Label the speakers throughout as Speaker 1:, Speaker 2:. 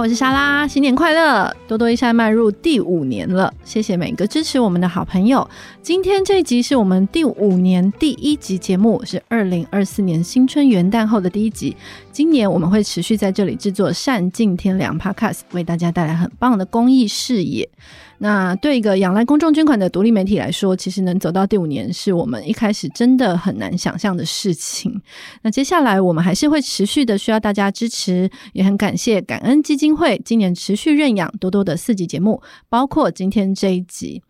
Speaker 1: 我是莎拉，新年快乐！多多益善迈入第五年了，谢谢每个支持我们的好朋友。今天这一集是我们第五年第一集节目，是二零二四年新春元旦后的第一集。今年我们会持续在这里制作善尽天良 Podcast，为大家带来很棒的公益视野。那对一个仰赖公众捐款的独立媒体来说，其实能走到第五年，是我们一开始真的很难想象的事情。那接下来我们还是会持续的需要大家支持，也很感谢感恩基金会今年持续认养多多的四集节目，包括今天这一集。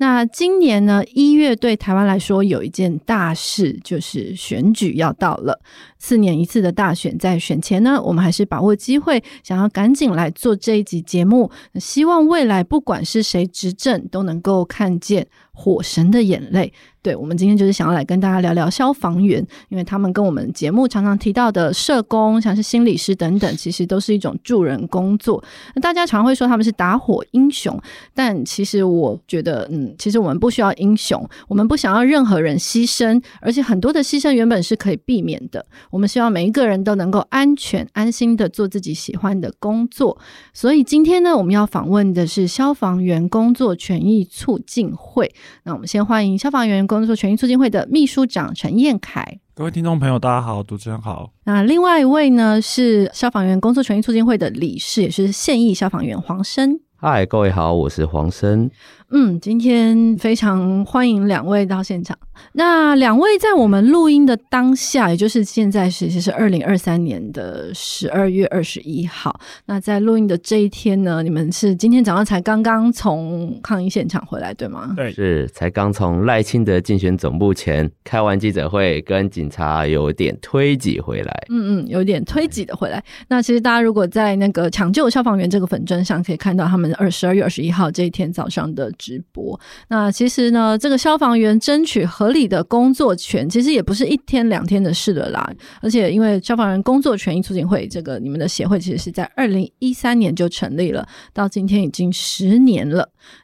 Speaker 1: 那今年呢，一月对台湾来说有一件大事，就是选举要到了。四年一次的大选，在选前呢，我们还是把握机会，想要赶紧来做这一集节目。希望未来不管是谁执政，都能够看见火神的眼泪。对我们今天就是想要来跟大家聊聊消防员，因为他们跟我们节目常常提到的社工，像是心理师等等，其实都是一种助人工作。那大家常会说他们是打火英雄，但其实我觉得，嗯，其实我们不需要英雄，我们不想要任何人牺牲，而且很多的牺牲原本是可以避免的。我们希望每一个人都能够安全、安心的做自己喜欢的工作。所以今天呢，我们要访问的是消防员工作权益促进会。那我们先欢迎消防员工作权益促进会的秘书长陈彦凯。
Speaker 2: 各位听众朋友，大家好，主持人好。
Speaker 1: 那另外一位呢是消防员工作权益促进会的理事，也是现役消防员黄生。
Speaker 3: 嗨，各位好，我是黄生。
Speaker 1: 嗯，今天非常欢迎两位到现场。那两位在我们录音的当下，也就是现在时间是二零二三年的十二月二十一号。那在录音的这一天呢，你们是今天早上才刚刚从抗议现场回来，对吗？
Speaker 2: 对，
Speaker 3: 是才刚从赖清德竞选总部前开完记者会，跟警察有点推挤回来。
Speaker 1: 嗯嗯，有点推挤的回来。那其实大家如果在那个抢救消防员这个粉砖上，可以看到他们二十二月二十一号这一天早上的直播。那其实呢，这个消防员争取合理的工作权，其实也不是一天两天的事了啦。而且因为消防员工作权益促进会这个你们的协会，其实是在二零一三年就成立了，到今天已经十年了。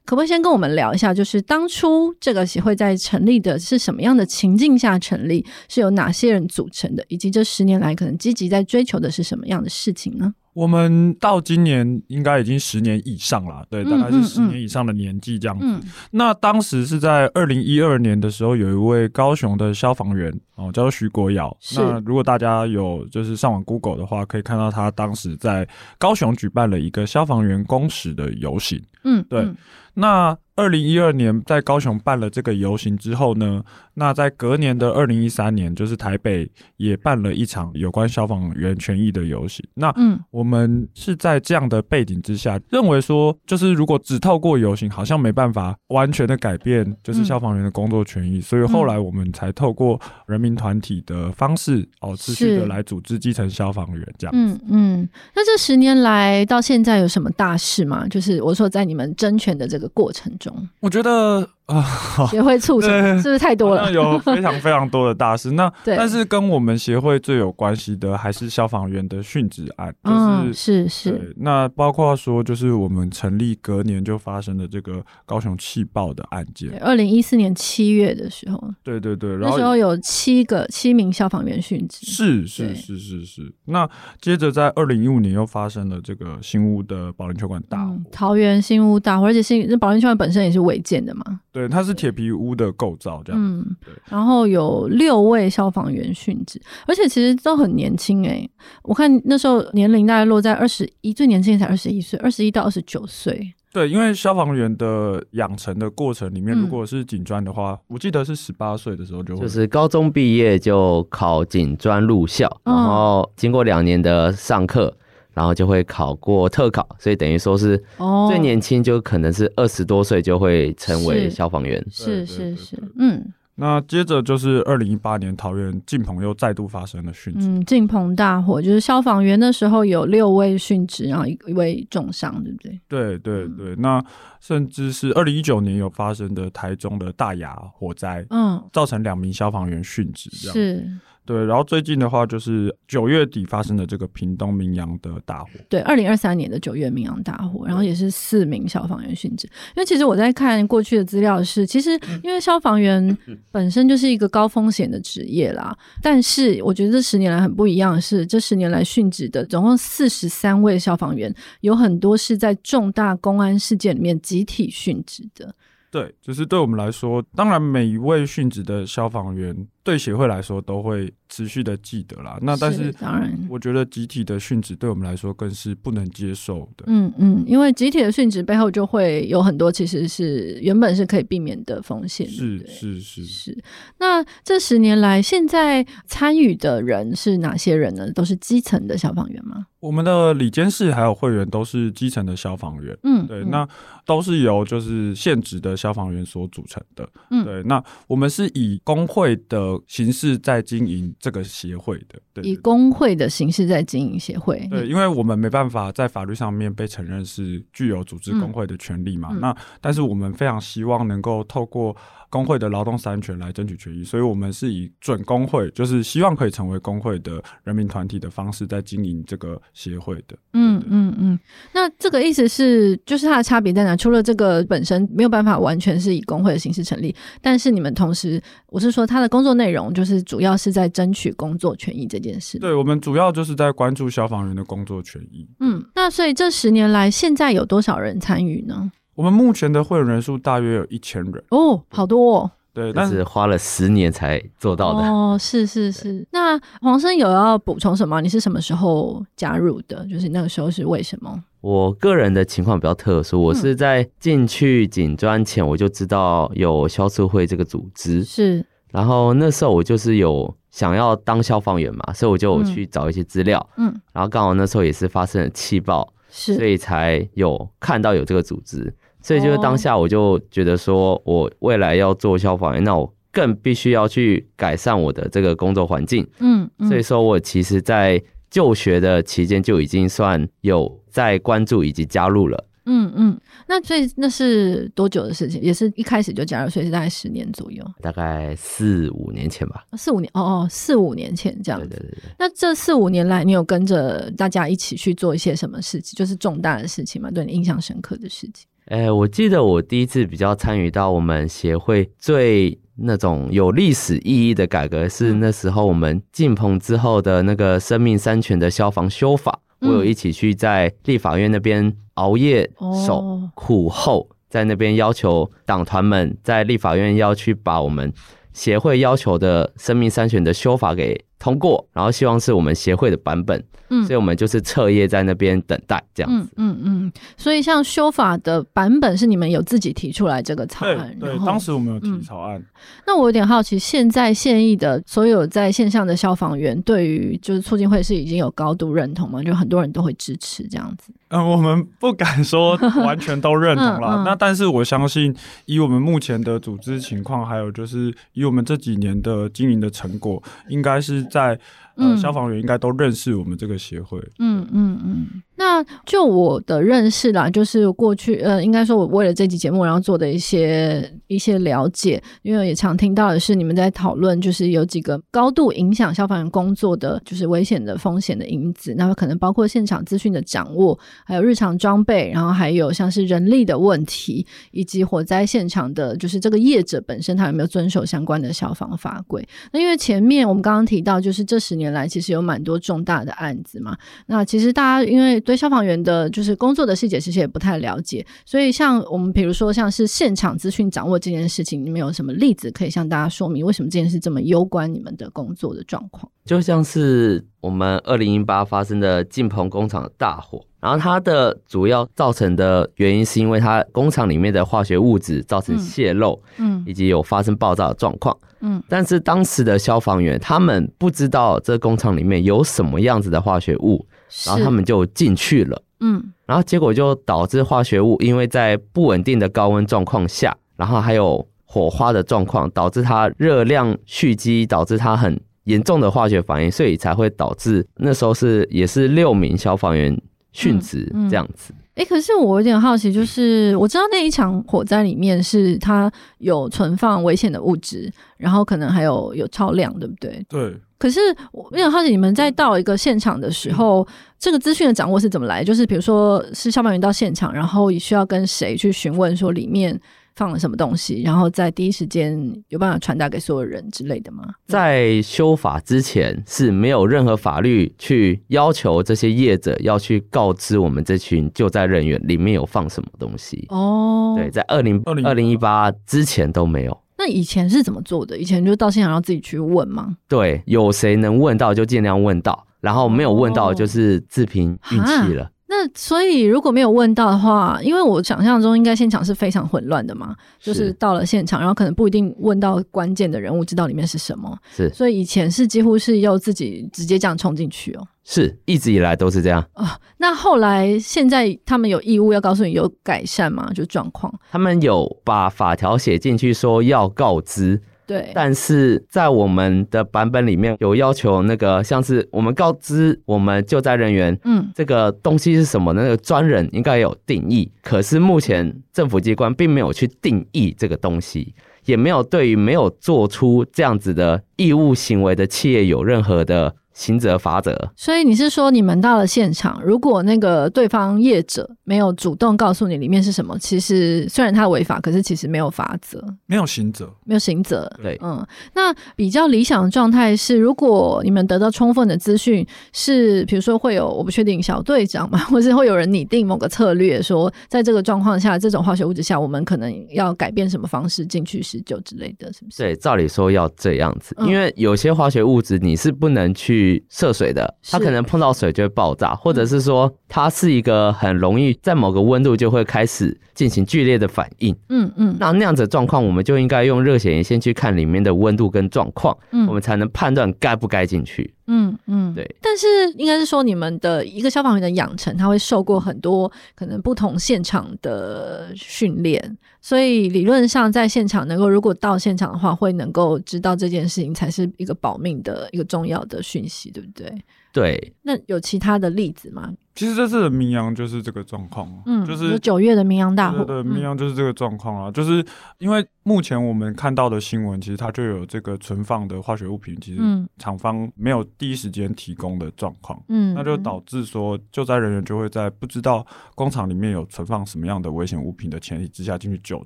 Speaker 1: 可不可以先跟我们聊一下，就是当初这个协会在成立的是什么样的情境下成立，是由哪些人组成的，以及这十年来可能积极在追求的是什么样的事情呢？
Speaker 2: 我们到今年应该已经十年以上啦，对，
Speaker 1: 嗯
Speaker 2: 大概是十
Speaker 1: 嗯嗯
Speaker 2: 年以上的年纪这样子。
Speaker 1: 嗯
Speaker 2: 那当时是在二零一二年的时候，有一位高雄的消防员哦，叫做徐国尧。
Speaker 1: 是
Speaker 2: 那如果大家有就是上网 Google 的话，可以看到他当时在高雄举办了一个消防员工时的游行。
Speaker 1: 嗯，
Speaker 2: 对
Speaker 1: 嗯
Speaker 2: 那二零一二年在高雄办了这个游行之后呢，那在隔年的二零一三年，就是台北也办了一场有关消防员权益的游行。那
Speaker 1: 嗯
Speaker 2: 我们是在这样的背景之下，认为说，就是如果只透过游行，好像没办法完全的改变，
Speaker 1: 嗯
Speaker 2: 就是消防员的工作权益，所以后来我们才透过人民团体的方式，哦，持续
Speaker 1: 是
Speaker 2: 的来组织基层消防员这样。
Speaker 1: 嗯嗯。那这十年来到现在有什么大事吗？就是我说在你们争权的这个过程中，
Speaker 2: 我觉得啊，
Speaker 1: 协会促成
Speaker 2: 对
Speaker 1: 是不是太多
Speaker 2: 好像
Speaker 1: 了？
Speaker 2: 有非常非常多的大事。那
Speaker 1: 对
Speaker 2: 但是跟我们协会最有关系的还是消防员的殉职案，就是。
Speaker 1: 嗯，是是，
Speaker 2: 对，那包括说，就是我们成立隔年就发生的这个高雄气爆的案件，
Speaker 1: 二零一四年七月的时候，
Speaker 2: 对对对，然
Speaker 1: 那
Speaker 2: 后
Speaker 1: 时候有七个七名消防员殉职。嗯
Speaker 2: 是
Speaker 1: 对
Speaker 2: 是是是是。那接着在二零一五年又发生了这个新屋的保龄球馆大火，
Speaker 1: 嗯，桃园新屋大火，而且新那保龄球馆本身也是违建的嘛。
Speaker 2: 对，它是铁皮屋的构造这样。
Speaker 1: 嗯
Speaker 2: 对，
Speaker 1: 然后有六位消防员殉职，而且其实都很年轻诶、我看那时候年龄大概落在二十一，最年轻的才二十一岁，二十一到二十九岁。
Speaker 2: 对，因为消防员的养成的过程里面，
Speaker 1: 嗯
Speaker 2: 如果是警专的话，我记得是十八岁的时候就会
Speaker 3: 就是高中毕业就考警专入校，
Speaker 1: 嗯
Speaker 3: 然后经过两年的上课，然后就会考过特考，所以等于说是
Speaker 1: 哦，
Speaker 3: 最年轻就可能是二十多岁就会成为
Speaker 1: 是
Speaker 3: 消防员。
Speaker 1: 是
Speaker 2: 对对
Speaker 1: 是
Speaker 2: 对
Speaker 1: 是
Speaker 2: 对，
Speaker 1: 嗯
Speaker 2: 那接着就是二零一八年桃园进朋又再度发生了殉职，
Speaker 1: 嗯，进棚大火就是消防员那时候有六位殉职，然后一一位重伤，对不对？
Speaker 2: 对对
Speaker 1: 嗯
Speaker 2: 对，那甚至是二零一九年有发生的台中的大雅火灾，
Speaker 1: 嗯，
Speaker 2: 造成两名消防员殉职，这样。
Speaker 1: 是，
Speaker 2: 对，然后最近的话就是九月底发生的这个屏东明阳的大火，
Speaker 1: 对，二零二三年的九月明阳大火，然后也是四名消防员殉职。因为其实我在看过去的资料是，其实因为消防员本身就是一个高风险的职业啦，但是我觉得这十年来很不一样的是，这十年来殉职的总共四十三位消防员，有很多是在重大公安事件里面集体殉职的。
Speaker 2: 对，就是对我们来说，当然每一位殉职的消防员对协会来说都会持续的记得啦。那但
Speaker 1: 是
Speaker 2: 是
Speaker 1: 当然
Speaker 2: 我觉得集体的殉职对我们来说更是不能接受的。
Speaker 1: 嗯嗯，因为集体的殉职背后就会有很多其实是原本是可以避免的风险。对不
Speaker 2: 是
Speaker 1: 对
Speaker 2: 是是，
Speaker 1: 是，那这十年来，现在参与的人是哪些人呢？都是基层的消防员吗？
Speaker 2: 我们的里监事还有会员都是基层的消防员。
Speaker 1: 嗯，
Speaker 2: 对，
Speaker 1: 嗯
Speaker 2: 那都是由就是现职的消防员所组成的。
Speaker 1: 嗯
Speaker 2: 对，那我们是以工会的形式在经营这个协会的。对，
Speaker 1: 以
Speaker 2: 对
Speaker 1: 工会的形式在经营协会。
Speaker 2: 对，因为我们没办法在法律上面被承认是具有组织工会的权利嘛。
Speaker 1: 嗯嗯
Speaker 2: 那但是我们非常希望能够透过工会的劳动三权来争取权益，所以我们是以准工会，就是希望可以成为工会的人民团体的方式在经营这个协会的。
Speaker 1: 嗯
Speaker 2: 对
Speaker 1: 嗯嗯，那这个意思是，就是它的差别在哪？除了这个本身没有办法完全是以工会的形式成立，但是你们同时，我是说它的工作内容就是主要是在争取工作权益这件事。
Speaker 2: 对，我们主要就是在关注消防员的工作权益。
Speaker 1: 嗯，那所以这十年来，现在有多少人参与呢？
Speaker 2: 我们目前的会员人数大约有一千人，
Speaker 1: 哦，好多哦。
Speaker 2: 对，
Speaker 3: 但
Speaker 2: 但
Speaker 3: 是
Speaker 2: 是
Speaker 3: 花了十年才做到的。
Speaker 1: 哦，是是是。那黄生有要补充什么？你是什么时候加入的？就是那个时候是为什么？
Speaker 3: 我个人的情况比较特殊，
Speaker 1: 嗯
Speaker 3: 我是在进去警专前我就知道有消促会这个组织，
Speaker 1: 是
Speaker 3: 然后那时候我就是有想要当消防员嘛，所以我就有去找一些资料，
Speaker 1: 嗯
Speaker 3: 然后刚好那时候也是发生了气爆，所
Speaker 1: 是
Speaker 3: 以才有看到有这个组织，所以就是
Speaker 1: 哦
Speaker 3: 当下我就觉得说，我未来要做消防员，那我更必须要去改善我的这个工作环境。
Speaker 1: 嗯
Speaker 3: 所以
Speaker 1: 嗯
Speaker 3: 说我其实，在就学的期间就已经算有在关注以及加入了。
Speaker 1: 嗯嗯。那所以那是多久的事情？也是一开始就加入，所以是大概十年左右，
Speaker 3: 大概四五年前吧，
Speaker 1: 四五年哦哦，四五年前这样
Speaker 3: 对
Speaker 1: 子。
Speaker 3: 对对对，
Speaker 1: 那这四五年来，你有跟着大家一起去做一些什么事情？就是重大的事情嘛，对你印象深刻的事情。
Speaker 3: 哎，我记得我第一次比较参与到我们协会最那种有历史意义的改革，是
Speaker 1: 嗯
Speaker 3: 那时候我们进棚之后的那个生命三权的消防修法，我
Speaker 1: 嗯
Speaker 3: 有一起去在立法院那边熬夜守
Speaker 1: 哦，
Speaker 3: 苦候，在那边要求党团们在立法院要去把我们协会要求的生命三权的修法给通过，然后希望是我们协会的版本，
Speaker 1: 嗯
Speaker 3: 所以我们就是彻夜在那边等待这样
Speaker 1: 嗯
Speaker 3: 子。
Speaker 1: 嗯嗯，所以像修法的版本是你们有自己提出来这个草
Speaker 2: 对
Speaker 1: 案，
Speaker 2: 对
Speaker 1: 然，后
Speaker 2: 当时我们有
Speaker 1: 嗯
Speaker 2: 提草案，
Speaker 1: 那我有点好奇，现在现役的所有在线上的消防员，对于就是促进会是已经有高度认同吗？就很多人都会支持这样子。
Speaker 2: 嗯，我们不敢说完全都 认同啦。
Speaker 1: 嗯嗯
Speaker 2: 那但是我相信，以我们目前的组织情况，还有就是以我们这几年的经营的成果，应该是在呃、
Speaker 1: 嗯
Speaker 2: 消防员应该都认识我们这个协会。
Speaker 1: 嗯嗯嗯。那就我的认识啦，就是过去呃，应该说我为了这期节目，然后做的一些一些了解，因为也常听到的是你们在讨论，就是有几个高度影响消防员工作的，就是危险的风险的因子，那可能包括现场资讯的掌握，还有日常装备，然后还有像是人力的问题，以及火灾现场的，就是这个业者本身他有没有遵守相关的消防法规。那因为前面我们刚刚提到，就是这十年来其实有蛮多重大的案子嘛，那其实大家因为对消防员的就是工作的细节其实也不太了解，所以像我们比如说像是现场资讯掌握这件事情，你们有什么例子可以向大家说明为什么这件事这么攸关你们的工作的状况？
Speaker 3: 就像是我们二零一八发生的晋鹏工厂的大火，然后它的主要造成的原因是因为它工厂里面的化学物质造成
Speaker 1: 嗯
Speaker 3: 泄漏，
Speaker 1: 嗯
Speaker 3: 以及有发生爆炸的状况。
Speaker 1: 嗯
Speaker 3: 但是当时的消防员他们不知道这工厂里面有什么样子的化学物，
Speaker 1: 是
Speaker 3: 然后他们就进去了，
Speaker 1: 嗯
Speaker 3: 然后结果就导致化学物因为在不稳定的高温状况下，然后还有火花的状况，导致它热量蓄积，导致它很严重的化学反应，所以才会导致那时候是也是六名消防员殉职
Speaker 1: 嗯嗯
Speaker 3: 这样子。
Speaker 1: 哎，可是我有点好奇，就是我知道那一场火灾里面是它有存放危险的物质，然后可能还有有超量，对不对？
Speaker 2: 对，
Speaker 1: 可是我有点好奇，你们在到一个现场的时候，
Speaker 3: 嗯
Speaker 1: 这个资讯的掌握是怎么来？就是比如说是消防员到现场，然后需要跟谁去询问说里面放了什么东西，然后在第一时间有办法传达给所有人之类的吗？
Speaker 3: 在修法之前是没有任何法律去要求这些业者要去告知我们这群救灾人员里面有放什么东西。
Speaker 1: 哦，
Speaker 3: 对，在二零
Speaker 2: 2018
Speaker 3: 二零一八之前都没有。
Speaker 1: 那以前是怎么做的？以前就到现场要自己去问吗？
Speaker 3: 对，有谁能问到就尽量问到，然后没有问到就是自凭运气了。
Speaker 1: 那所以如果没有问到的话，因为我想象中应该现场是非常混乱的嘛，就是到了现场，然后可能不一定问到关键的人物知道里面是什么，
Speaker 3: 是
Speaker 1: 所以以前是几乎是要自己直接这样冲进去哦。
Speaker 3: 是，一直以来都是这样。
Speaker 1: 啊、那后来现在他们有义务要告诉你有改善吗？就状况
Speaker 3: 他们有把法条写进去说要告知，
Speaker 1: 对，
Speaker 3: 但是在我们的版本里面有要求那个像是我们告知我们救灾人员
Speaker 1: 嗯，
Speaker 3: 这个东西是什么，那个专人应该有定义。可是目前政府机关并没有去定义这个东西，也没有对于没有做出这样子的义务行为的企业有任何的刑责法则。
Speaker 1: 所以你是说你们到了现场，如果那个对方业者没有主动告诉你里面是什么，其实虽然他违法，可是其实没有法则。
Speaker 2: 没有刑责，
Speaker 1: 没有刑责。
Speaker 3: 对
Speaker 1: 嗯，那比较理想的状态是，如果你们得到充分的资讯，是比如说会有我不确定小队长嘛， 或是会有人拟定某个策略，说在这个状况下，这种化学物质下，我们可能要改变什么方式进去施救之类的，是不是？
Speaker 3: 对，照理说要这样子，
Speaker 1: 嗯
Speaker 3: 因为有些化学物质你是不能去涉水的，它
Speaker 1: 是嗯
Speaker 3: 可能碰到水就会爆炸，或者是说它是一个很容易在某个温度就会开始进行剧烈的反应。
Speaker 1: 嗯嗯
Speaker 3: 那那样子的状况，我们就应该用热显影先去看里面的温度跟状况，我
Speaker 1: 嗯
Speaker 3: 们才能判断该不该进去。
Speaker 1: 嗯嗯，
Speaker 3: 对。
Speaker 1: 但是应该是说，你们的一个消防员的养成，他会受过很多可能不同现场的训练，所以理论上在现场能够，如果到现场的话，会能够知道这件事情才是一个保命的一个重要的讯息，对不对？
Speaker 3: 对，
Speaker 1: 那有其他的例子吗？
Speaker 2: 其实这次的民阳就是这个状况，
Speaker 1: 嗯，
Speaker 2: 就是
Speaker 1: 九月的明阳大火，
Speaker 2: 对对，
Speaker 1: 嗯
Speaker 2: 明阳就是这个状况啊，就是因为目前我们看到的新闻，其实它就有这个存放的化学物品，其实
Speaker 1: 嗯
Speaker 2: 厂方没有第一时间提供的状况。
Speaker 1: 嗯，
Speaker 2: 那就导致说，救灾人员就会在不知道工厂里面有存放什么样的危险物品的前提之下进去救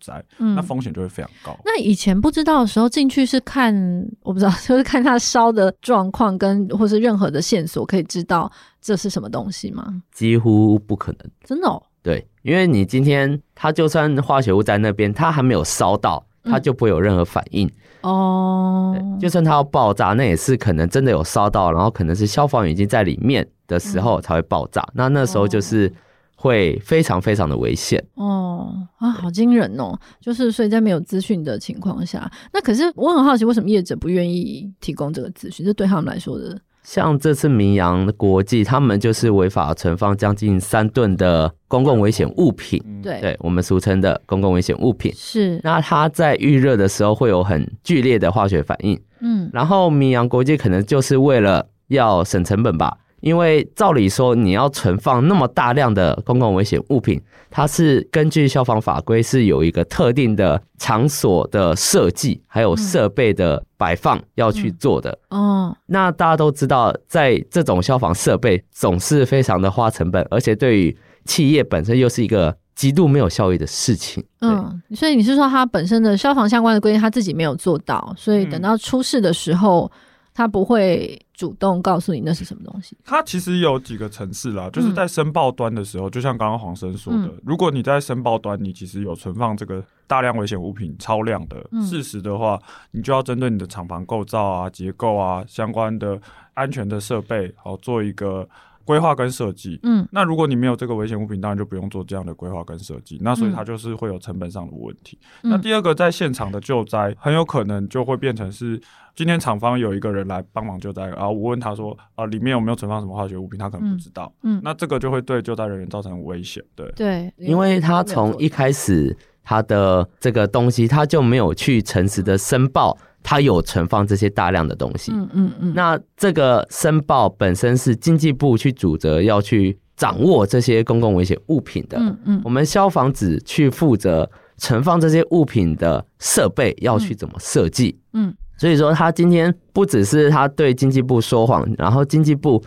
Speaker 2: 灾，
Speaker 1: 嗯
Speaker 2: 那风险就会非常高。
Speaker 1: 那以前不知道的时候进去是看， 我不知道，就是看他烧的状况跟或是任何的线索，可以知道这是什么东西吗？
Speaker 3: 几乎不可能。
Speaker 1: 真的、哦？
Speaker 3: 对，因为你今天它就算化学物在那边，它还没有烧到，它
Speaker 1: 嗯
Speaker 3: 就不会有任何反应。
Speaker 1: 哦
Speaker 3: 对，，就算它要爆炸，那也是可能真的有烧到，然后可能是消防员已经在里面的时候才会爆
Speaker 1: 嗯
Speaker 3: 炸。那那时候就是会非常非常的危险。
Speaker 1: 哦啊，好惊人哦！就是所以在没有资讯的情况下，那可是我很好奇，为什么业者不愿意提供这个资讯？这对他们来说的，
Speaker 3: 像这次明阳国际，他们就是违法存放将近三吨的公共危险物品，
Speaker 2: 嗯，
Speaker 1: 对，
Speaker 3: 对我们俗称的公共危险物品。
Speaker 1: 是，
Speaker 3: 那它在预热的时候会有很剧烈的化学反应，
Speaker 1: 嗯
Speaker 3: 然后明阳国际可能就是为了要省成本吧，因为照理说你要存放那么大量的公共危险物品，它是根据消防法规是有一个特定的场所的设计，还有设备的摆放要去做的。
Speaker 1: 哦，
Speaker 3: 那大家都知道，在这种消防设备总是非常的花成本，而且对于企业本身又是一个极度没有效益的事情。对，
Speaker 1: 嗯，所以你是说他本身的消防相关的规定他自己没有做到，所以等
Speaker 2: 嗯
Speaker 1: 到出事的时候，他不会主动告诉你那是什么东西。
Speaker 2: 它其实有几个层次啦，就是在申报端的时候，就像刚刚黄生说的
Speaker 1: 嗯，
Speaker 2: 如果你在申报端你其实有存放这个大量危险物品超量的
Speaker 1: 嗯
Speaker 2: 事实的话，你就要针对你的厂房构造啊、结构啊、相关的安全的设备，好做一个规划跟设计。
Speaker 1: 嗯
Speaker 2: 那如果你没有这个危险物品，当然就不用做这样的规划跟设计。那所以
Speaker 1: 嗯
Speaker 2: 它就是会有成本上的问题。
Speaker 1: 嗯
Speaker 2: 那第二个，在现场的救灾很有可能就会变成是，今天厂方有一个人来帮忙救灾，然后我问他说，啊、里面有没有存放什么化学物品？他可
Speaker 1: 嗯
Speaker 2: 能不知道。
Speaker 1: 嗯，
Speaker 2: 那这个就会对救灾人员造成危险。对，
Speaker 1: 对，
Speaker 3: 因为他从一开始他的这个东西，他就没有去诚实的申报，他有存放这些大量的东西。
Speaker 1: 嗯嗯嗯，
Speaker 3: 那这个申报本身是经济部去主责要去掌握这些公共危险物品的，
Speaker 1: 嗯嗯
Speaker 3: 我们消防只去负责存放这些物品的设备要去怎么设计。
Speaker 1: 嗯
Speaker 3: 所以说，他今天不只是他对经济部说谎，然后经济部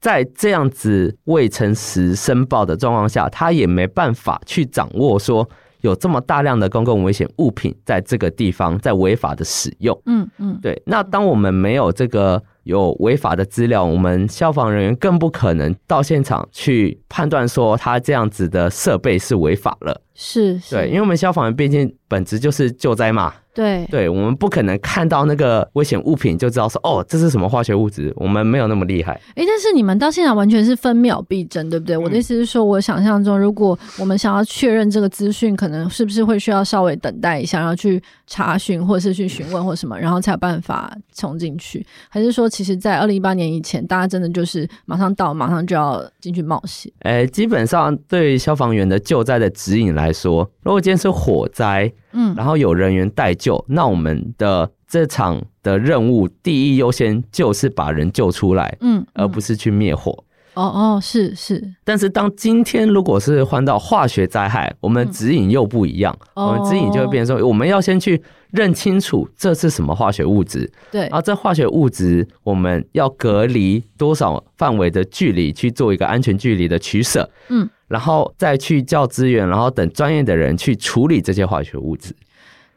Speaker 3: 在这样子未诚实申报的状况下，他也没办法去掌握说有这么大量的公共危险物品在这个地方在违法的使用。
Speaker 1: 嗯嗯，
Speaker 3: 对，那当我们没有这个有违法的资料，我们消防人员更不可能到现场去判断说他这样子的设备是违法了。
Speaker 1: 是，是
Speaker 3: 对，因为我们消防员毕竟本质就是救灾嘛，
Speaker 1: 对
Speaker 3: 对我们不可能看到那个危险物品就知道说哦这是什么化学物质，我们没有那么厉害。
Speaker 1: 哎，但是你们到现场完全是分秒必争，对不对？我的意思是说，我想象中，如果我们想要确认这个资讯，可能是不是会需要稍微等待一下，然后去查询，或是去询问或什么，然后才有办法冲进去？还是说，其实，在二零一八年以前，大家真的就是马上到，马上就要进去冒险？
Speaker 3: 呃，基本上对于消防员的救灾的指引来说，如果今天是火灾，
Speaker 1: 嗯
Speaker 3: 然后有人员待救，那我们的这场的任务第一优先就是把人救出来，
Speaker 1: 嗯，
Speaker 3: 而不
Speaker 1: 是
Speaker 3: 是去灭火。
Speaker 1: 哦哦，是是，
Speaker 3: 但是当今天如果是换到化学灾害，我们的指引又不一样，
Speaker 1: 哦
Speaker 3: 我们指引就会变成说，我们要先去认清楚这是什么化学物质，
Speaker 1: 对
Speaker 3: 然，啊后这化学物质我们要隔离多少范围的距离去做一个安全距离的取舍，
Speaker 1: 嗯，
Speaker 3: 然后再去叫资源，然后等专业的人去处理这些化学物质。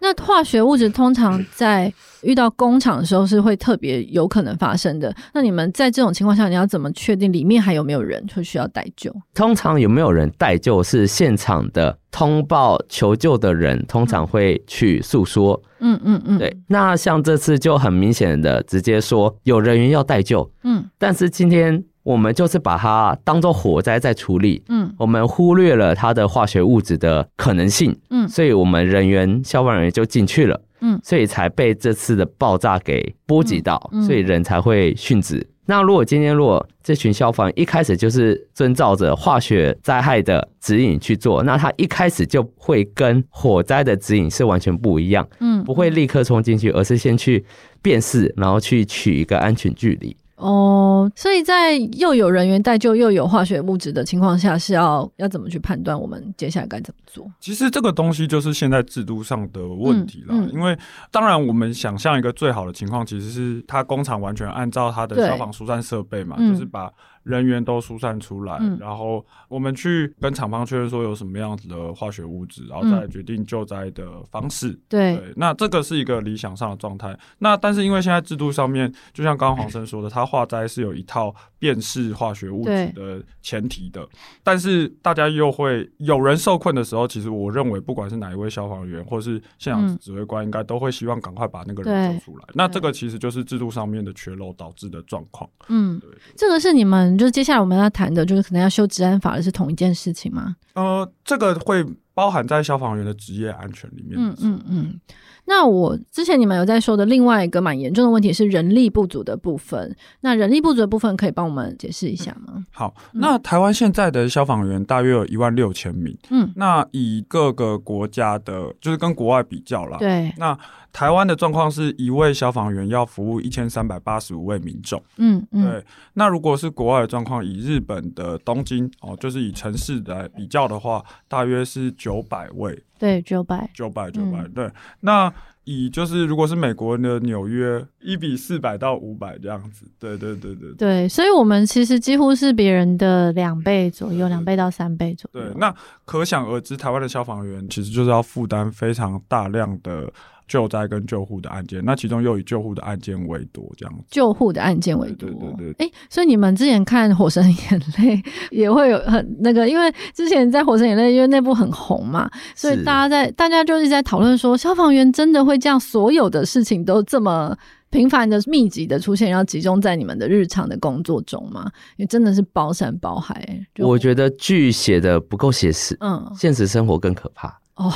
Speaker 1: 那化学物质通常在遇到工厂的时候是会特别有可能发生的。那你们在这种情况下，你要怎么确定里面还有没有人会需要待救？
Speaker 3: 通常有没有人待救是现场的通报求救的人，通常会去诉说。
Speaker 1: 嗯嗯嗯，
Speaker 3: 对，，那像这次就很明显的直接说有人员要待救，
Speaker 1: 嗯
Speaker 3: 但是今天我们就是把它当做火灾在处理，
Speaker 1: 嗯
Speaker 3: 我们忽略了它的化学物质的可能性，
Speaker 1: 嗯
Speaker 3: 所以我们人员消防人员就进去了，
Speaker 1: 嗯
Speaker 3: 所以才被这次的爆炸给波及到，
Speaker 1: 嗯嗯
Speaker 3: 所以人才会殉职。那如果今天如果这群消防员一开始就是遵照着化学灾害的指引去做，那他一开始就会跟火灾的指引是完全不一样，
Speaker 1: 嗯，
Speaker 3: 不会立刻冲进去，而是先去辨识，然后去取一个安全距离。
Speaker 1: 哦。所以在又有人员待救又有化学物质的情况下，是要要怎么去判断我们接下来该怎么做？
Speaker 2: 其实这个东西就是现在制度上的问题啦，
Speaker 1: 嗯嗯
Speaker 2: 因为当然我们想象一个最好的情况，其实是它工厂完全按照它的
Speaker 1: 对
Speaker 2: 消防疏散设备嘛，
Speaker 1: 嗯
Speaker 2: 就是把人员都疏散出来，
Speaker 1: 嗯
Speaker 2: 然后我们去跟厂方确认说有什么样子的化学物质，然
Speaker 1: 嗯
Speaker 2: 后再来决定救灾的方式。
Speaker 1: 对，
Speaker 2: 对，那这个是一个理想上的状态。那但是因为现在制度上面，就像刚刚黄生说的，它化灾是有一套辨识化学物质的前提的，但是大家又会有人受困的时候，其实我认为不管是哪一位消防员或是现
Speaker 1: 嗯
Speaker 2: 场指挥官，应该都会希望赶快把那个人
Speaker 1: 对
Speaker 2: 救出来。那这个其实就是制度上面的缺漏导致的状况。
Speaker 1: 嗯
Speaker 2: 对，
Speaker 1: 这个是你们就是接下来我们要谈的，就是可能要修治安法的是同一件事情吗？
Speaker 2: 呃，这个会包含在消防员的职业安全里面。
Speaker 1: 嗯嗯嗯。那我之前你们有在说的另外一个蛮严重的问题是人力不足的部分。那人力不足的部分可以帮我们解释一下吗？
Speaker 2: 好，那台湾现在的消防员大约有一万六千名。
Speaker 1: 嗯，
Speaker 2: 那以各个国家的，就是跟国外比较啦，
Speaker 1: 对，
Speaker 2: 那台湾的状况是一位消防员要服务一千三百八十五位民众。
Speaker 1: 嗯嗯
Speaker 2: 对，那如果是国外的状况，以日本的东京哦，就是以城市来比较的话，大约是九百位，
Speaker 1: 对，九百，
Speaker 2: 九百九百。
Speaker 1: 嗯
Speaker 2: 对，那以就是如果是美国的纽约，一比四百到五百这样子。对对对对
Speaker 4: 对，所以我们其实几乎是别人的两倍左右，两倍到三倍左右。
Speaker 2: 对，啊那可想而知，台湾的消防员其实就是要负担非常大量的救灾跟救护的案件，那其中又以救护的案件为多，这样子。
Speaker 1: 救护的案件为多。
Speaker 2: 对对对
Speaker 1: 哎、所以你们之前看《火神眼泪》 也会有很那个，因为之前在《火神眼泪》因为那部很红嘛，所以
Speaker 3: 是
Speaker 1: 大家在大家就是在讨论说，消防员真的会这样，所有的事情都这么。频繁的、密集的出现，然后集中在你们的日常的工作中吗？也真的是包山包海、就
Speaker 3: 我觉得剧写的不够写实，
Speaker 1: 嗯，
Speaker 3: 现实生活更可怕。
Speaker 1: 哦，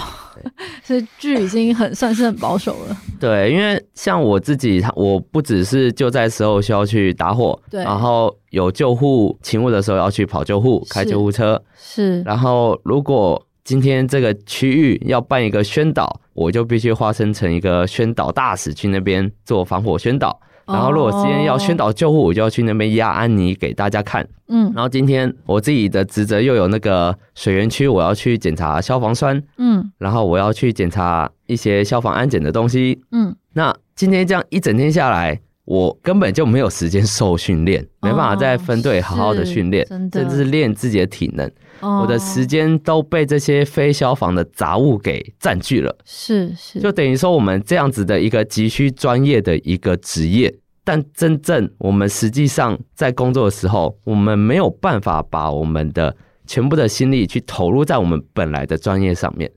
Speaker 1: 所以剧已经很算是很保守 了。
Speaker 3: 对，因为像我自己，他我不只是救灾时候需要去打火，
Speaker 1: 对
Speaker 3: 然后有救护勤务的时候要去跑救护、开
Speaker 1: 是
Speaker 3: 救护车，
Speaker 1: 是，
Speaker 3: 然后如果今天这个区域要办一个宣导，我就必须化身成一个宣导大使去那边做防火宣导。然后如果
Speaker 1: 哦
Speaker 3: 今天要宣导救护，我就要去那边压安妮给大家看。
Speaker 1: 嗯
Speaker 3: 然后今天我自己的职责又有那个水源区，我要去检查消防栓，
Speaker 1: 嗯
Speaker 3: 然后我要去检查一些消防安检的东西。
Speaker 1: 嗯，
Speaker 3: 那今天这样一整天下来，我根本就没有时间受训练，没办法在分队好好的训练，
Speaker 1: 哦是真的
Speaker 3: 甚至是练自己的体能。
Speaker 1: 我
Speaker 3: 我的时间都被这些非消防的杂物给占据了，
Speaker 1: 是是
Speaker 3: 就等于说我们这样子的一个急需专业的一个职业。但真正我们实际上在工作的时候，我们没有办法把我们的全部的心力去投入在我们本来的专业上面。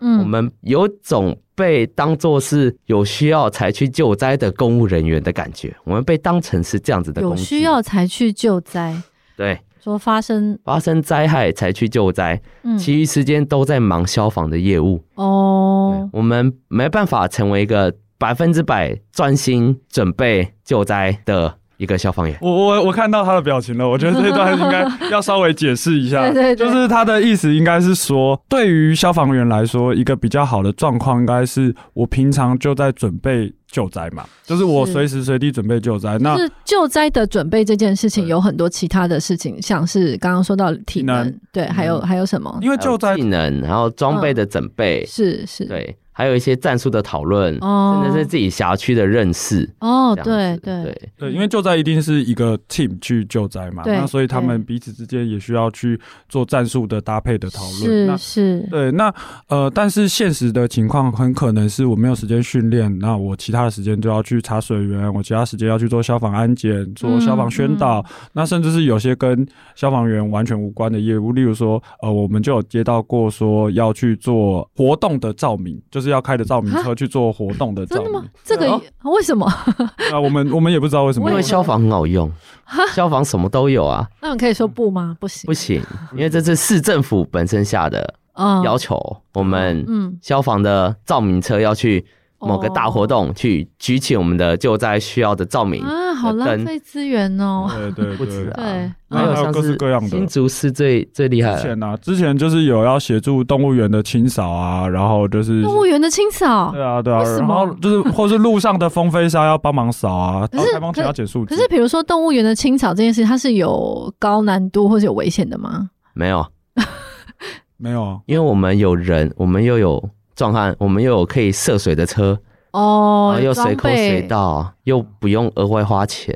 Speaker 3: 我
Speaker 1: 嗯
Speaker 3: 们有种被当做是有需要才去救灾的公务人员的感觉，我们被当成是这样子的
Speaker 1: 有
Speaker 3: 工具
Speaker 1: 需要才去救灾，
Speaker 3: 对
Speaker 1: 说发生
Speaker 3: 发生灾害才去救灾，
Speaker 1: 嗯
Speaker 3: 其余时间都在忙消防的业务，
Speaker 1: 哦
Speaker 3: 我们没办法成为一个百分之百专心准备救灾的一个消防员。
Speaker 2: 我我我看到他的表情了，我觉得这段应 该要稍微解释一下。
Speaker 1: 对对对
Speaker 2: 就是他的意思应该是说，对于消防员来说，一个比较好的状况应该是我平常就在准备救灾嘛，就是我
Speaker 1: 是
Speaker 2: 随时随地准备救灾。那
Speaker 5: 就是救灾的准备这件事情，
Speaker 2: 对
Speaker 5: 有很多其他的事情，像是刚刚说到体能，
Speaker 2: 体能
Speaker 5: 对，还
Speaker 3: 嗯
Speaker 5: 有、还有什么？
Speaker 2: 因为救
Speaker 3: 还有
Speaker 2: 灾
Speaker 3: 技能，然后装备的准备，
Speaker 5: 是是，
Speaker 3: 对，还有一些战术的讨论，
Speaker 1: 嗯哦
Speaker 3: 甚至是自己辖区的认识。
Speaker 1: 哦
Speaker 3: 这
Speaker 1: 对
Speaker 3: 样子
Speaker 1: 对
Speaker 3: 对，
Speaker 2: 对，因为救灾一定是一个 team 去救灾嘛，
Speaker 1: 嗯对
Speaker 2: 那所以他们彼此之间也需要去做战术的搭配的讨论。那
Speaker 1: 是是
Speaker 2: 对，那呃，但是现实的情况很可能是我没有时间训练，那我其他的时间就要去查水源，我其他时间要去做消防安检、
Speaker 1: 嗯
Speaker 2: 做消防宣导，那甚至是有些跟消防员完全无关的业务，例如说，呃，我们就有接到过说要去做活动的照明，就是要开着照明车去做活动的 照
Speaker 1: 真的
Speaker 2: 明
Speaker 1: 吗。？这个
Speaker 3: 哦
Speaker 1: 为什么？
Speaker 2: 那我们我们也不知道为什么
Speaker 3: 因为消防很好用，消防什么都有 啊，
Speaker 1: 那你可以说不吗？不行
Speaker 3: 不行，因为这是市政府本身下的
Speaker 1: 啊
Speaker 3: 要求，我们
Speaker 1: 嗯
Speaker 3: 消防的照明车要去某个大活动去举起我们的救灾需要的照明，
Speaker 1: 哦啊，好
Speaker 3: 的
Speaker 1: 浪
Speaker 3: 灯
Speaker 1: 费资源哦。
Speaker 2: 对对
Speaker 3: 不止
Speaker 2: 对。
Speaker 3: 啊
Speaker 1: 对，
Speaker 2: 对
Speaker 3: 还有
Speaker 2: 还有
Speaker 3: 像
Speaker 2: 各式
Speaker 3: 是
Speaker 2: 各样的
Speaker 3: 新竹市最最厉害
Speaker 2: 之
Speaker 3: 了，
Speaker 2: 前啊，之前就是有要协助动物园的清扫啊，然后就是
Speaker 1: 动物园的清扫
Speaker 3: 呃
Speaker 2: 对。啊，对啊，
Speaker 1: 为什
Speaker 2: 然
Speaker 1: 么
Speaker 2: 后就是或是路上的风飞沙要帮忙扫啊，然
Speaker 1: 是
Speaker 2: 后开放前要减速机
Speaker 1: 可是，比如说动物园的清扫这件事，它是有高难度或者有危险的吗？
Speaker 3: 没有，
Speaker 2: 没有啊，
Speaker 3: 因为我们有人，我们又有壮汉，我们又有可以涉水的车，然
Speaker 1: 哦
Speaker 3: 后，又
Speaker 1: 装
Speaker 3: 随口随
Speaker 1: 备
Speaker 3: 到，又不用额外花钱，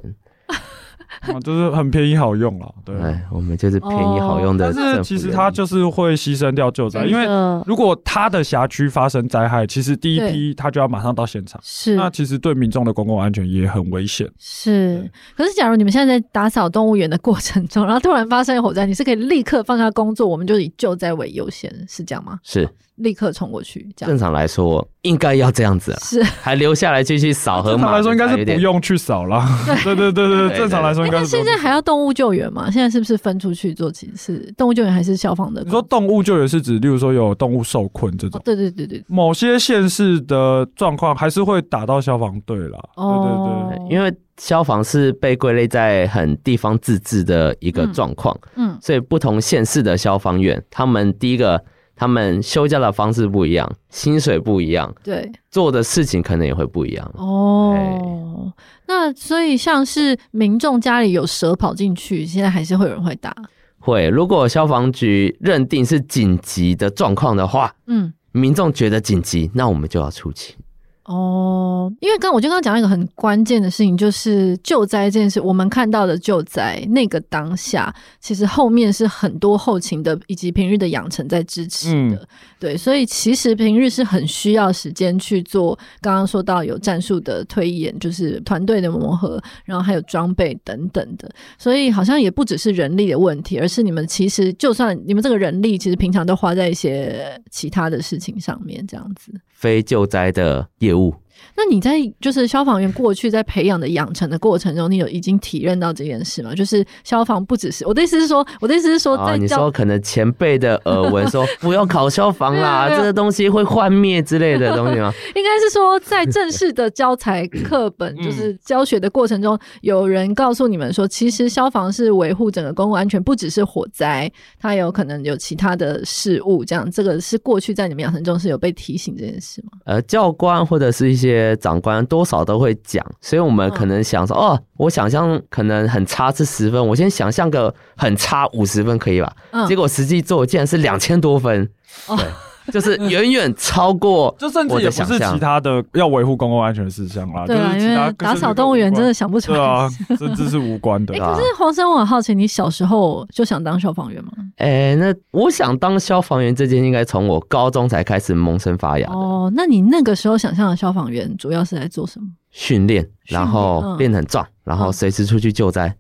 Speaker 2: 啊就是很便宜好用 了，对。啊
Speaker 3: 对，我们就是便宜好用哎的
Speaker 1: 哦
Speaker 2: 但
Speaker 3: 政府人
Speaker 2: 是嗯其
Speaker 3: 力。
Speaker 2: 实它就是会牺牲掉救灾，因为
Speaker 1: 为
Speaker 2: 如果它的辖区发生灾害，其实第一批它就要马上到现场，
Speaker 1: 是
Speaker 2: 那其实对民众的公共安全也很危险。
Speaker 1: 是
Speaker 2: 对，
Speaker 1: 可是假如你们现在在打扫动物园的过程中，然后突然发生火灾，你是可以立刻放下工作，我们就以救灾为优先，是这样吗？
Speaker 3: 是
Speaker 1: 立刻冲过去，这样
Speaker 3: 正常来说应该要这样子啊，
Speaker 1: 是。
Speaker 3: 还留下来继续扫河
Speaker 2: 正
Speaker 3: 马，
Speaker 2: 常来说应该是
Speaker 3: 有
Speaker 2: 不
Speaker 3: 点
Speaker 2: 用去扫啦， 对对对对
Speaker 3: 对
Speaker 2: 对，正常来说应该
Speaker 1: 那
Speaker 2: 是不用
Speaker 1: 哎现
Speaker 2: 去
Speaker 1: 在
Speaker 2: 扫。
Speaker 1: 还要动物救援吗？现在是不是分出去做几次？动物救援还是消防的？
Speaker 2: 你说动物救援是指，例如说有动物受困这种
Speaker 1: 哦，。对对对对，
Speaker 2: 某些县市的状况还是会打到消防队啦。
Speaker 1: 哦
Speaker 2: 对对对，
Speaker 3: 对因为消防是被归类在很地方自治的一个状况，
Speaker 1: 嗯
Speaker 3: 所以不同县市的消防员，他们第一个他们休假的方式不一样，薪水不一样，
Speaker 1: 对，
Speaker 3: 做的事情可能也会不一样。
Speaker 1: 哦。那所以像是民众家里有蛇跑进去，现在还是会有人会打，
Speaker 3: 会，如果消防局认定是紧急的状况的话，
Speaker 1: 嗯。
Speaker 3: 民众觉得紧急，那我们就要出勤。
Speaker 1: 哦，因为刚我就刚刚讲到一个很关键的事情，就是救灾这件事，我们看到的救灾那个当下，其实后面是很多后勤的以及平日的养成在支持的，对，所以其实平日是很需要时间去做刚刚说到有战术的推演，就是团队的磨合，然后还有装备等等的，所以好像也不只是人力的问题，而是你们其实就算你们这个人力，其实平常都花在一些其他的事情上面，这样子。
Speaker 3: 非救灾的业务，
Speaker 1: 那你在就是消防员过去在培养的养成的过程中，你有已经体认到这件事吗？就是消防不只是我的意思是说， 我的意思是说
Speaker 3: 啊，
Speaker 1: 在
Speaker 3: 你
Speaker 1: 教、
Speaker 3: 说可能前辈的耳闻 说不要考消防
Speaker 1: 没
Speaker 3: 啦，
Speaker 1: 有没有
Speaker 3: 这个东西会幻灭之类的东 西吗？
Speaker 1: 应该是说在正式的教材课 本
Speaker 2: 嗯
Speaker 1: 就是教学的过程中，有人告诉你们说，其实消防是维护整个公共安全，不只是火灾，它有可能有其他的事物，这样这个是过去在你们养成中是有被提醒这件事吗？
Speaker 3: 呃，教官或者是一些长官多少都会讲，所以我们可能想说，
Speaker 1: 嗯
Speaker 3: 哦，我想象可能很差是十分，我先想象个很差五十分可以吧？
Speaker 1: 嗯
Speaker 3: 结果实际做竟然是两千多分，
Speaker 1: 哦
Speaker 3: 对，就是远远 超过
Speaker 2: 就甚
Speaker 3: 我
Speaker 2: 至也
Speaker 3: 的
Speaker 2: 不
Speaker 3: 想
Speaker 2: 是
Speaker 3: 象
Speaker 2: 其他的要维护公共安全事项啦，
Speaker 1: 对啊，
Speaker 2: 就是
Speaker 1: 因
Speaker 2: 其
Speaker 1: 为
Speaker 2: 他跟
Speaker 1: 打
Speaker 2: 这
Speaker 1: 扫
Speaker 2: 个
Speaker 1: 动物
Speaker 2: 无
Speaker 1: 园
Speaker 2: 关
Speaker 1: 真的想不出
Speaker 2: 对
Speaker 1: 来。
Speaker 2: 啊，甚至是无关的
Speaker 1: 哎、
Speaker 3: 对。
Speaker 1: 可
Speaker 3: 啊
Speaker 1: 是黄生，我很好奇，你小时候就想当消防员吗？
Speaker 3: 哎、那我想当消防员这件，应该从我高中才开始萌生发芽的
Speaker 1: 哦，那你那个时候想象的消防员主要是在做什么？
Speaker 3: 训练，
Speaker 1: 训
Speaker 3: 然
Speaker 1: 练
Speaker 3: 后
Speaker 1: 嗯
Speaker 3: 变得很壮，然后随时出去 救灾。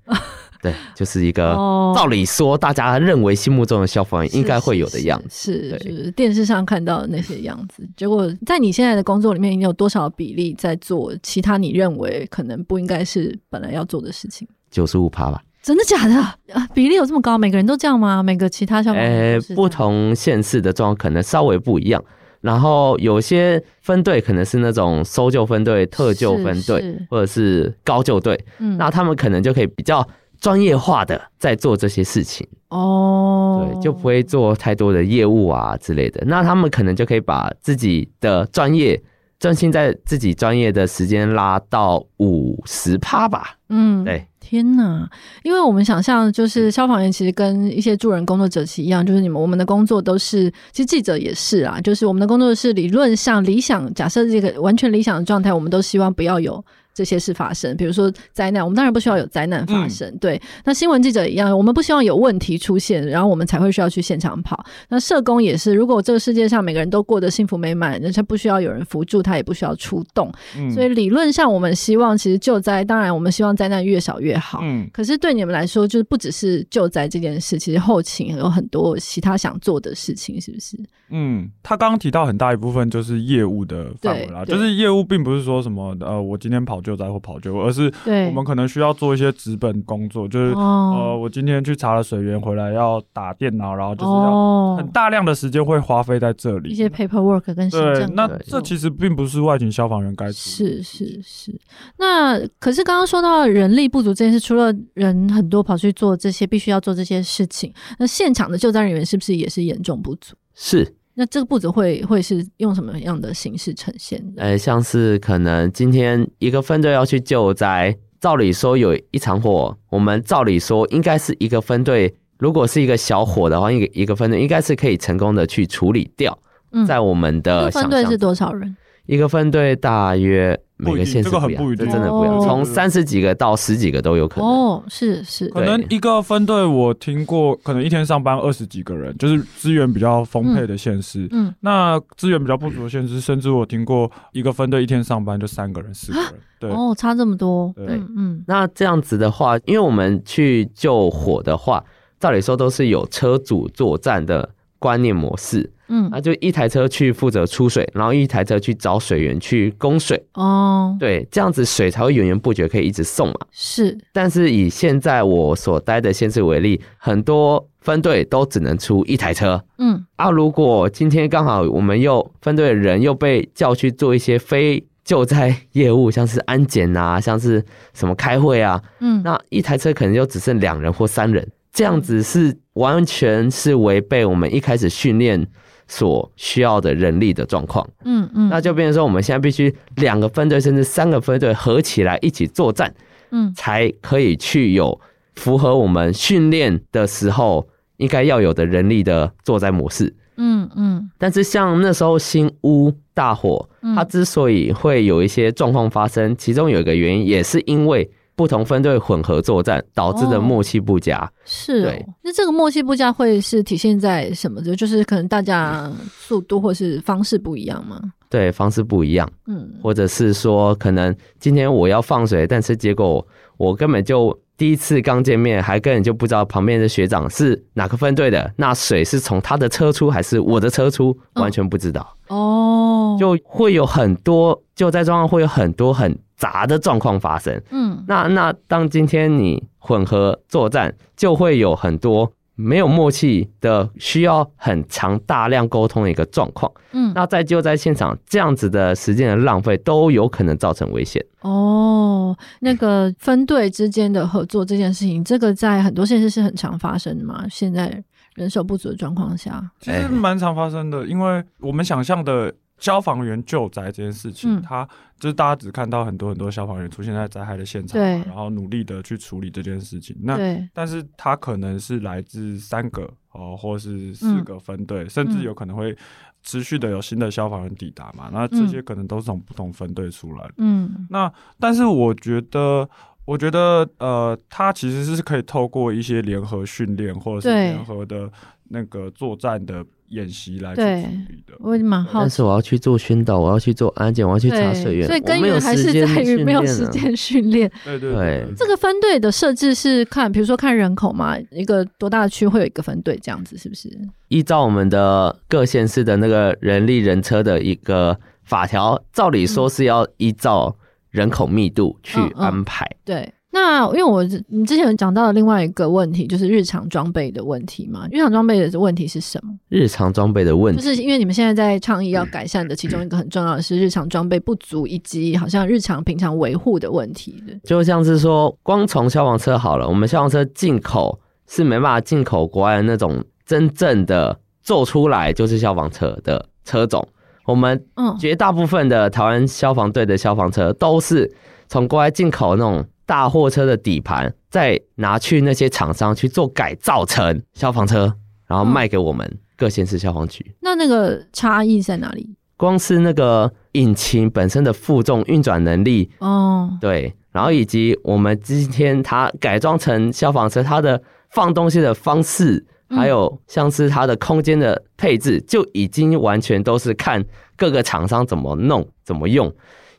Speaker 3: 对，就是一个
Speaker 1: 哦
Speaker 3: 照理说大家认为心目中的消防员应该会有的样子。
Speaker 1: 是是
Speaker 3: 对
Speaker 1: 是电视上看到的那些样子。结果在你现在的工作里面，你有多少比例在做其他你认为可能不应该是本来要做的事情？
Speaker 3: 九十五趴吧，
Speaker 1: 真的 假的？啊，比例有这么高？每个人都这样吗？每个其他消防员
Speaker 3: 呃
Speaker 1: 都是这，样
Speaker 3: 不同县市的状况可能稍微不一样。然后有些分队可能是那种搜救分队、特救分
Speaker 1: 是
Speaker 3: 队
Speaker 1: 是，
Speaker 3: 或者是高救队，
Speaker 1: 嗯
Speaker 3: 那他们可能就可以比较专业化的在做这些事情。
Speaker 1: 哦，
Speaker 3: 对，就不会做太多的业务啊之类的。那他们可能就可以把自己的专业专心在自己专业的时间拉到五十趴吧。
Speaker 1: 嗯，
Speaker 3: 对，
Speaker 1: 天呐！因为我们想象就是消防员其实跟一些助人工作者其实一样，就是你们我们的工作都是，其实记者也是啊，就是我们的工作是理论上理想，假设这个完全理想的状态，我们都希望不要有。这些事发生，比如说灾难，我们当然不希望有灾难发生。对，那新闻记者一样，我们不希望有问题出现，然后我们才会需要去现场跑。那社工也是，如果这个世界上每个人都过得幸福美满，那他不需要有人扶助，他也不需要出动。
Speaker 2: 嗯
Speaker 1: 所以理论上，我们希望其实救灾，当然我们希望灾难越少越好。
Speaker 2: 嗯，
Speaker 1: 可是对你们来说，就是不只是救灾这件事，其实后勤有很多其他想做的事情，是不是？
Speaker 2: 嗯，他刚刚提到很大一部分就是业务的范围啦，
Speaker 1: 对对
Speaker 2: 就是业务并不是说什么呃，我今天跑救灾或跑救，而是
Speaker 1: 对
Speaker 2: 我们可能需要做一些纸本工作，就是、呃，
Speaker 1: 哦
Speaker 2: 我今天去查了水源回来要打电脑，然后就是要很
Speaker 1: 哦，
Speaker 2: 大量的时间会花费在这
Speaker 1: 一
Speaker 2: 里。
Speaker 1: 些 paperwork 跟行
Speaker 2: 对，
Speaker 1: 政
Speaker 2: 那
Speaker 1: 工
Speaker 2: 这
Speaker 1: 作
Speaker 2: 其实并不是外勤消防员该处理
Speaker 1: 哦是是是，那可是刚刚说到人力不足这件事，除了人很多跑去做这些必须要做这些事情，那现场的救灾人员是不是也是严重不足？
Speaker 3: 是，
Speaker 1: 那这个不足会会是用什么样的形式呈现的？
Speaker 3: 呃，像是可能今天一个分队要去哎救灾，照理说有一场火，我们照理说应该是一个分队，如果是一个小火的话，一个一个分队应该是可以成功的去处理掉。
Speaker 1: 嗯
Speaker 3: 在我们
Speaker 1: 这个
Speaker 3: 的
Speaker 1: 分
Speaker 3: 呃想
Speaker 1: 队
Speaker 3: 象
Speaker 1: 是多少人？
Speaker 3: 一个分队大约每
Speaker 2: 不一
Speaker 3: 个
Speaker 2: 定
Speaker 3: 县市
Speaker 2: 这个很
Speaker 3: 一样，
Speaker 2: 不一定
Speaker 3: 真的不一样，
Speaker 1: 哦
Speaker 3: 从三十几个到十几个都有可能。
Speaker 1: 哦，是是，
Speaker 2: 可
Speaker 3: 对
Speaker 2: 能一个分队我听过，可能一天上班二十几个人，就是资源比较丰沛的县市。
Speaker 1: 嗯，
Speaker 2: 那资源比较不足的县市，甚至我听过一个分队一天上班就三个人、四个人。对，
Speaker 1: 哦，差这么多，
Speaker 2: 对
Speaker 1: 嗯嗯，
Speaker 3: 那这样子的话，因为我们去救火的话，照理说都是有车主作战的观念模式，
Speaker 1: 嗯
Speaker 3: 那就一台车去负责出水，然后一台车去找水源去供水，
Speaker 1: 哦，
Speaker 3: 对，这样子水才会源源不绝，可以一直送嘛。
Speaker 1: 是
Speaker 3: 但是以现在我所待的县市为例，很多分队都只能出一台车，
Speaker 1: 嗯
Speaker 3: 啊，如果今天刚好我们又分队的人又被叫去做一些非救灾业务，像是安检啊，像是什么开会啊，
Speaker 1: 嗯，
Speaker 3: 那一台车可能就只剩两人或三人，这样子是完全是违背我们一开始训练所需要的人力的状况。
Speaker 1: 嗯嗯，
Speaker 3: 那就变成说，我们现在必须两个分队甚至三个分队合起来一起作战，
Speaker 1: 嗯
Speaker 3: 才可以去有符合我们训练的时候应该要有的人力的作战模式。
Speaker 1: 嗯嗯
Speaker 3: 但是像那时候新屋大火，
Speaker 1: 嗯
Speaker 3: 它之所以会有一些状况发生，其中有一个原因也是因为不同分队混合作战导致的默契不佳。
Speaker 1: 是
Speaker 3: 对
Speaker 1: 哦。那这个默契不佳会是体现在什么？就就是可能大家速度或是方式不一样吗？
Speaker 3: 对，方式不一样，
Speaker 1: 嗯，
Speaker 3: 或者是说，可能今天我要放水，但是结果我根本就第一次刚见面，还根本就不知道旁边的学长是哪个分队的，那水是从他的车出还是我的车出，
Speaker 1: 嗯
Speaker 3: 完全不知道。
Speaker 1: 哦，
Speaker 3: 就会有很多救灾状况，会有很多很杂的状况发生。
Speaker 1: 嗯
Speaker 3: 那那当今天你混合作战，就会有很多没有默契的，需要很长大量沟通的一个状况。
Speaker 1: 嗯
Speaker 3: 那在救灾现场这样子的时间的浪费，都有可能造成危险。
Speaker 1: 哦，那个分队之间的合作这件事情，这个在很多县市是很常发生的嘛。现在人手不足的状况下，
Speaker 2: 其实蛮常发生的，因为我们想象的消防员救灾这件事情，
Speaker 1: 嗯
Speaker 2: 他就是大家只看到很多很多消防员出现在灾害的现场嘛，
Speaker 1: 对
Speaker 2: 然后努力的去处理这件事情。那
Speaker 1: 对，
Speaker 2: 但是他可能是来自三个哦，或是四
Speaker 1: 嗯
Speaker 2: 个分队，甚至有可能会持续的有新的消防员抵达嘛。那这些可能都是从不同分队出来的。
Speaker 1: 嗯
Speaker 2: 那但是我觉得，我觉得呃，他其实是可以透过一些联合训练或者是
Speaker 1: 对
Speaker 2: 联合的那个作战的演习来去
Speaker 1: 对
Speaker 2: 处理的。
Speaker 1: 我也蛮好
Speaker 3: 但
Speaker 1: 奇。
Speaker 3: 是我要去做宣导，我要去做安检，我要去查水
Speaker 1: 对，
Speaker 3: 源，
Speaker 1: 所以根
Speaker 3: 我没有
Speaker 1: 源还是
Speaker 3: 时间
Speaker 1: 在于没有
Speaker 3: 训
Speaker 1: 时
Speaker 3: 练啊。
Speaker 1: 间训练。
Speaker 2: 对对
Speaker 3: 对
Speaker 2: 对，
Speaker 1: 这个分队的设置是看，比如说看人口嘛，一个多大的区会有一个分队这样子，是不是？
Speaker 3: 依照我们的各县市的那个人力人车的一个法条，照理说是要依照人口密度去
Speaker 1: 嗯嗯
Speaker 3: 安排。
Speaker 1: 对。那因为我你之前有讲到的另外一个问题，就是日常装备的问题嘛。日常装备的问题是什么？
Speaker 3: 日常装备的问嗯
Speaker 1: 就
Speaker 3: 题，
Speaker 1: 是因为你们现在在倡议要改善的其中一个很重要的是日常装备不足，以及好像日常平常维护的问题。对
Speaker 3: 就像是说，光从消防车好了，我们消防车进口是没办法进口国外的那种真正的做出来就是消防车的车种。我们
Speaker 1: 嗯，
Speaker 3: 绝大部分的台湾消防队的消防车都是从国外进口那种大货车的底盘，再拿去那些厂商去做改造成消防车，然后卖给我们各县市消防局。
Speaker 1: 那那个差异在哪里？
Speaker 3: 光是那个引擎本身的负重运转能力，
Speaker 1: 哦，
Speaker 3: 对，然后以及我们今天它改装成消防车，它的放东西的方式，
Speaker 1: 嗯
Speaker 3: 还有像是它的空间的配置，就已经完全都是看各个厂商怎么弄、怎么用，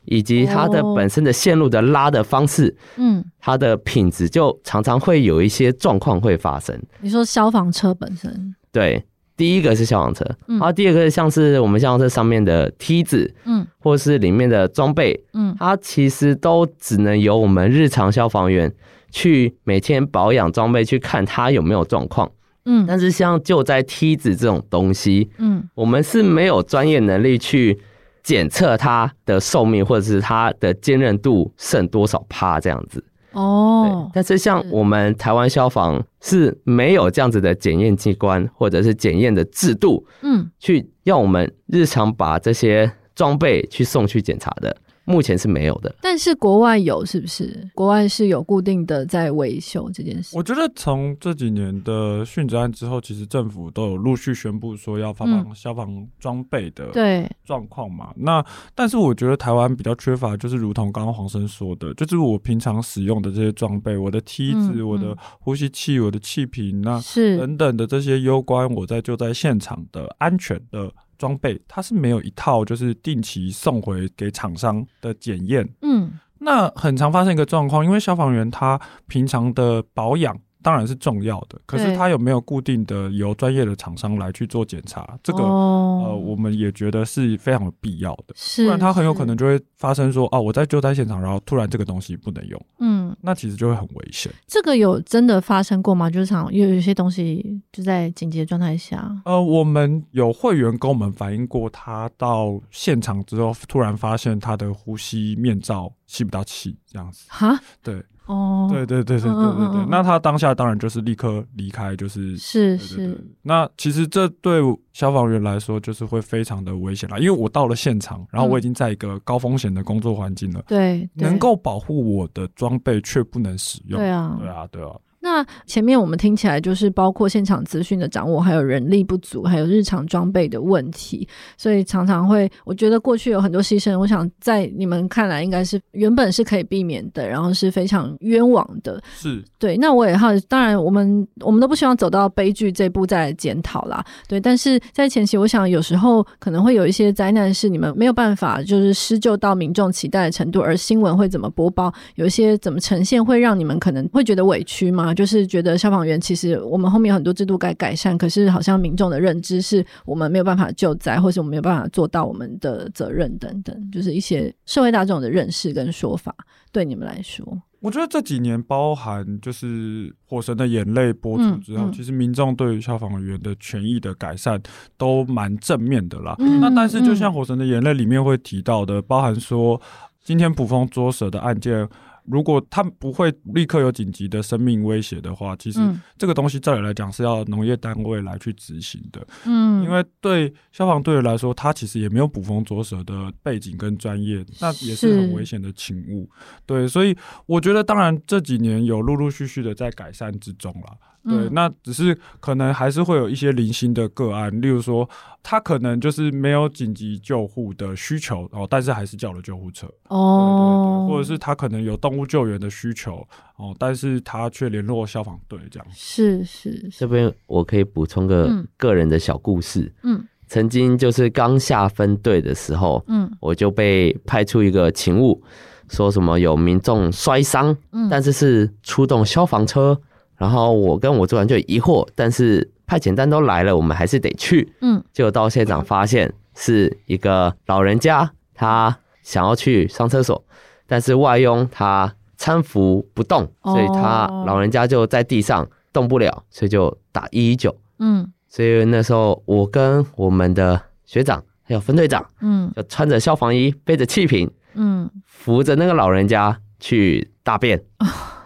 Speaker 3: 以及它的
Speaker 1: 哦
Speaker 3: 本身的线路的拉的方式，
Speaker 1: 嗯，
Speaker 3: 它的品质就常常会有一些状况会发生。
Speaker 1: 你说消防车本身，
Speaker 3: 对，第一个是消防车，
Speaker 1: 嗯
Speaker 3: 然后第二个像是我们消防车上面的梯子，
Speaker 1: 嗯
Speaker 3: 或是里面的装备，
Speaker 1: 嗯
Speaker 3: 它其实都只能由我们日常消防员去每天保养装备，去看它有没有状况。
Speaker 1: 嗯
Speaker 3: 但是像救灾梯子这种东西，
Speaker 1: 嗯，
Speaker 3: 我们是没有专业能力去检测它的寿命，或者是它的坚韧度剩多少趴这样子。对
Speaker 1: 哦，
Speaker 3: 但是像
Speaker 1: 是
Speaker 3: 我们台湾消防是没有这样子的检验机关，或者是检验的制度，
Speaker 1: 嗯，
Speaker 3: 去要我们日常把这些装备去送去检查的，目前是没有的。
Speaker 1: 但是国外有是不是？国外是有固定的在维修这件事。
Speaker 2: 我觉得从这几年的殉职案之后，其实政府都有陆续宣布说要发
Speaker 1: 嗯
Speaker 2: 放消防装备的
Speaker 1: 对，
Speaker 2: 状况嘛。那但是我觉得台湾比较缺乏，就是如同刚刚黄生说的，就是我平常使用的这些装备，我的梯子、
Speaker 1: 嗯嗯
Speaker 2: 我的呼吸器、我的气瓶那
Speaker 1: 是，
Speaker 2: 等等的这些攸关我在救灾现场的安全的装备，它是没有一套就是定期送回给厂商的检验。
Speaker 1: 嗯
Speaker 2: 那很常发生一个状况，因为消防员他平常的保养当然是重要的，可是
Speaker 1: 对
Speaker 2: 他有没有固定的由专业的厂商来去做检查，这个、
Speaker 1: 哦
Speaker 2: 呃我们也觉得是非常有必要的，
Speaker 1: 是，
Speaker 2: 不然他很有
Speaker 1: 是
Speaker 2: 可能就会发生说哦我在救灾现场，然后突然这个东西不能用，
Speaker 1: 嗯，
Speaker 2: 那其实就会很危险。
Speaker 1: 这个有真的发生过吗？就是常有有一些东西就在紧急的状态下，
Speaker 2: 呃，我们有会员跟我们反映过，他到现场之后突然发现他的呼吸面罩吸不到气，这样子，
Speaker 1: 哈，
Speaker 2: 对。
Speaker 1: 哦，
Speaker 2: 对对对对对
Speaker 1: 嗯嗯
Speaker 2: 对
Speaker 1: 嗯
Speaker 2: 对
Speaker 1: 嗯，
Speaker 2: 那他当下当然就是立刻离开，就是
Speaker 1: 是
Speaker 2: 对对对
Speaker 1: 是，。
Speaker 2: 那其实这对消防员来说就是会非常的危险啦，因为我到了现场，然后
Speaker 1: 嗯
Speaker 2: 我已经在一个高风险的工作环境了，
Speaker 1: 对，对
Speaker 2: 能够保护我的装备却不能使用。
Speaker 1: 对啊，
Speaker 2: 对啊，对啊，
Speaker 1: 那前面我们听起来就是包括现场资讯的掌握，还有人力不足，还有日常装备的问题，所以常常会，我觉得过去有很多牺牲，我想在你们看来应该是原本是可以避免的，然后是非常冤枉的。
Speaker 2: 是
Speaker 1: 对，那我也好，当然我们我们都不希望走到悲剧这一步再来检讨啦。对，但是在前期，我想有时候可能会有一些灾难是你们没有办法就是施救到民众期待的程度，而新闻会怎么播报，有一些怎么呈现，会让你们可能会觉得委屈嘛，就是觉得消防员其实我们后面有很多制度该改善，可是好像民众的认知是我们没有办法救灾，或是我们没有办法做到我们的责任等等，就是一些社会大众的认识跟说法，对你们来说，
Speaker 2: 我觉得这几年包含就是《火神的眼泪》播出之后，
Speaker 1: 嗯嗯
Speaker 2: 其实民众对于消防员的权益的改善都蛮正面的啦。
Speaker 1: 嗯
Speaker 2: 那但是就像
Speaker 1: 嗯
Speaker 2: 《火神的眼泪》里面会提到的，包含说今天捕风捉蛇的案件。如果它不会立刻有紧急的生命威胁的话，其实
Speaker 1: 嗯
Speaker 2: 这个东西照理来讲是要农业单位来去执行的，
Speaker 1: 嗯，
Speaker 2: 因为对消防队来说，它其实也没有捕风捉蛇的背景跟专业，那也是很
Speaker 1: 是
Speaker 2: 危险的勤务。对，所以我觉得，当然这几年有陆陆续续的在改善之中啦。对，
Speaker 1: 嗯
Speaker 2: 那只是可能还是会有一些零星的个案，例如说他可能就是没有紧急救护的需求，哦，但是还是叫了救护车，
Speaker 1: 哦
Speaker 2: 对对对，或者是他可能有动物救援的需求，哦，但是他却联络消防队这样。
Speaker 1: 是是是，
Speaker 3: 这边我可以补充个
Speaker 1: 嗯
Speaker 3: 个人的小故事。
Speaker 1: 嗯
Speaker 3: 曾经就是刚下分队的时候，
Speaker 1: 嗯
Speaker 3: 我就被派出一个勤务，说什么有民众摔伤，
Speaker 1: 嗯，
Speaker 3: 但是是出动消防车。然后我跟我主管就疑惑，但是派遣单都来了，我们还是得去。
Speaker 1: 嗯，
Speaker 3: 结果到现场发现是一个老人家，他想要去上厕所，但是外佣他搀扶不动，所以他
Speaker 1: 哦
Speaker 3: 老人家就在地上动不了，所以就打一一九。
Speaker 1: 嗯
Speaker 3: 所以那时候我跟我们的学长还有分队长，
Speaker 1: 嗯
Speaker 3: 就穿着消防衣，背着气瓶，
Speaker 1: 嗯，
Speaker 3: 扶着那个老人家去大便，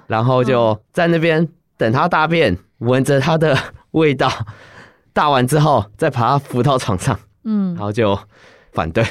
Speaker 3: 然后就在那边等他大便，闻着他的味道，大完之后再把他扶到床上，
Speaker 1: 嗯
Speaker 3: 然后就反对，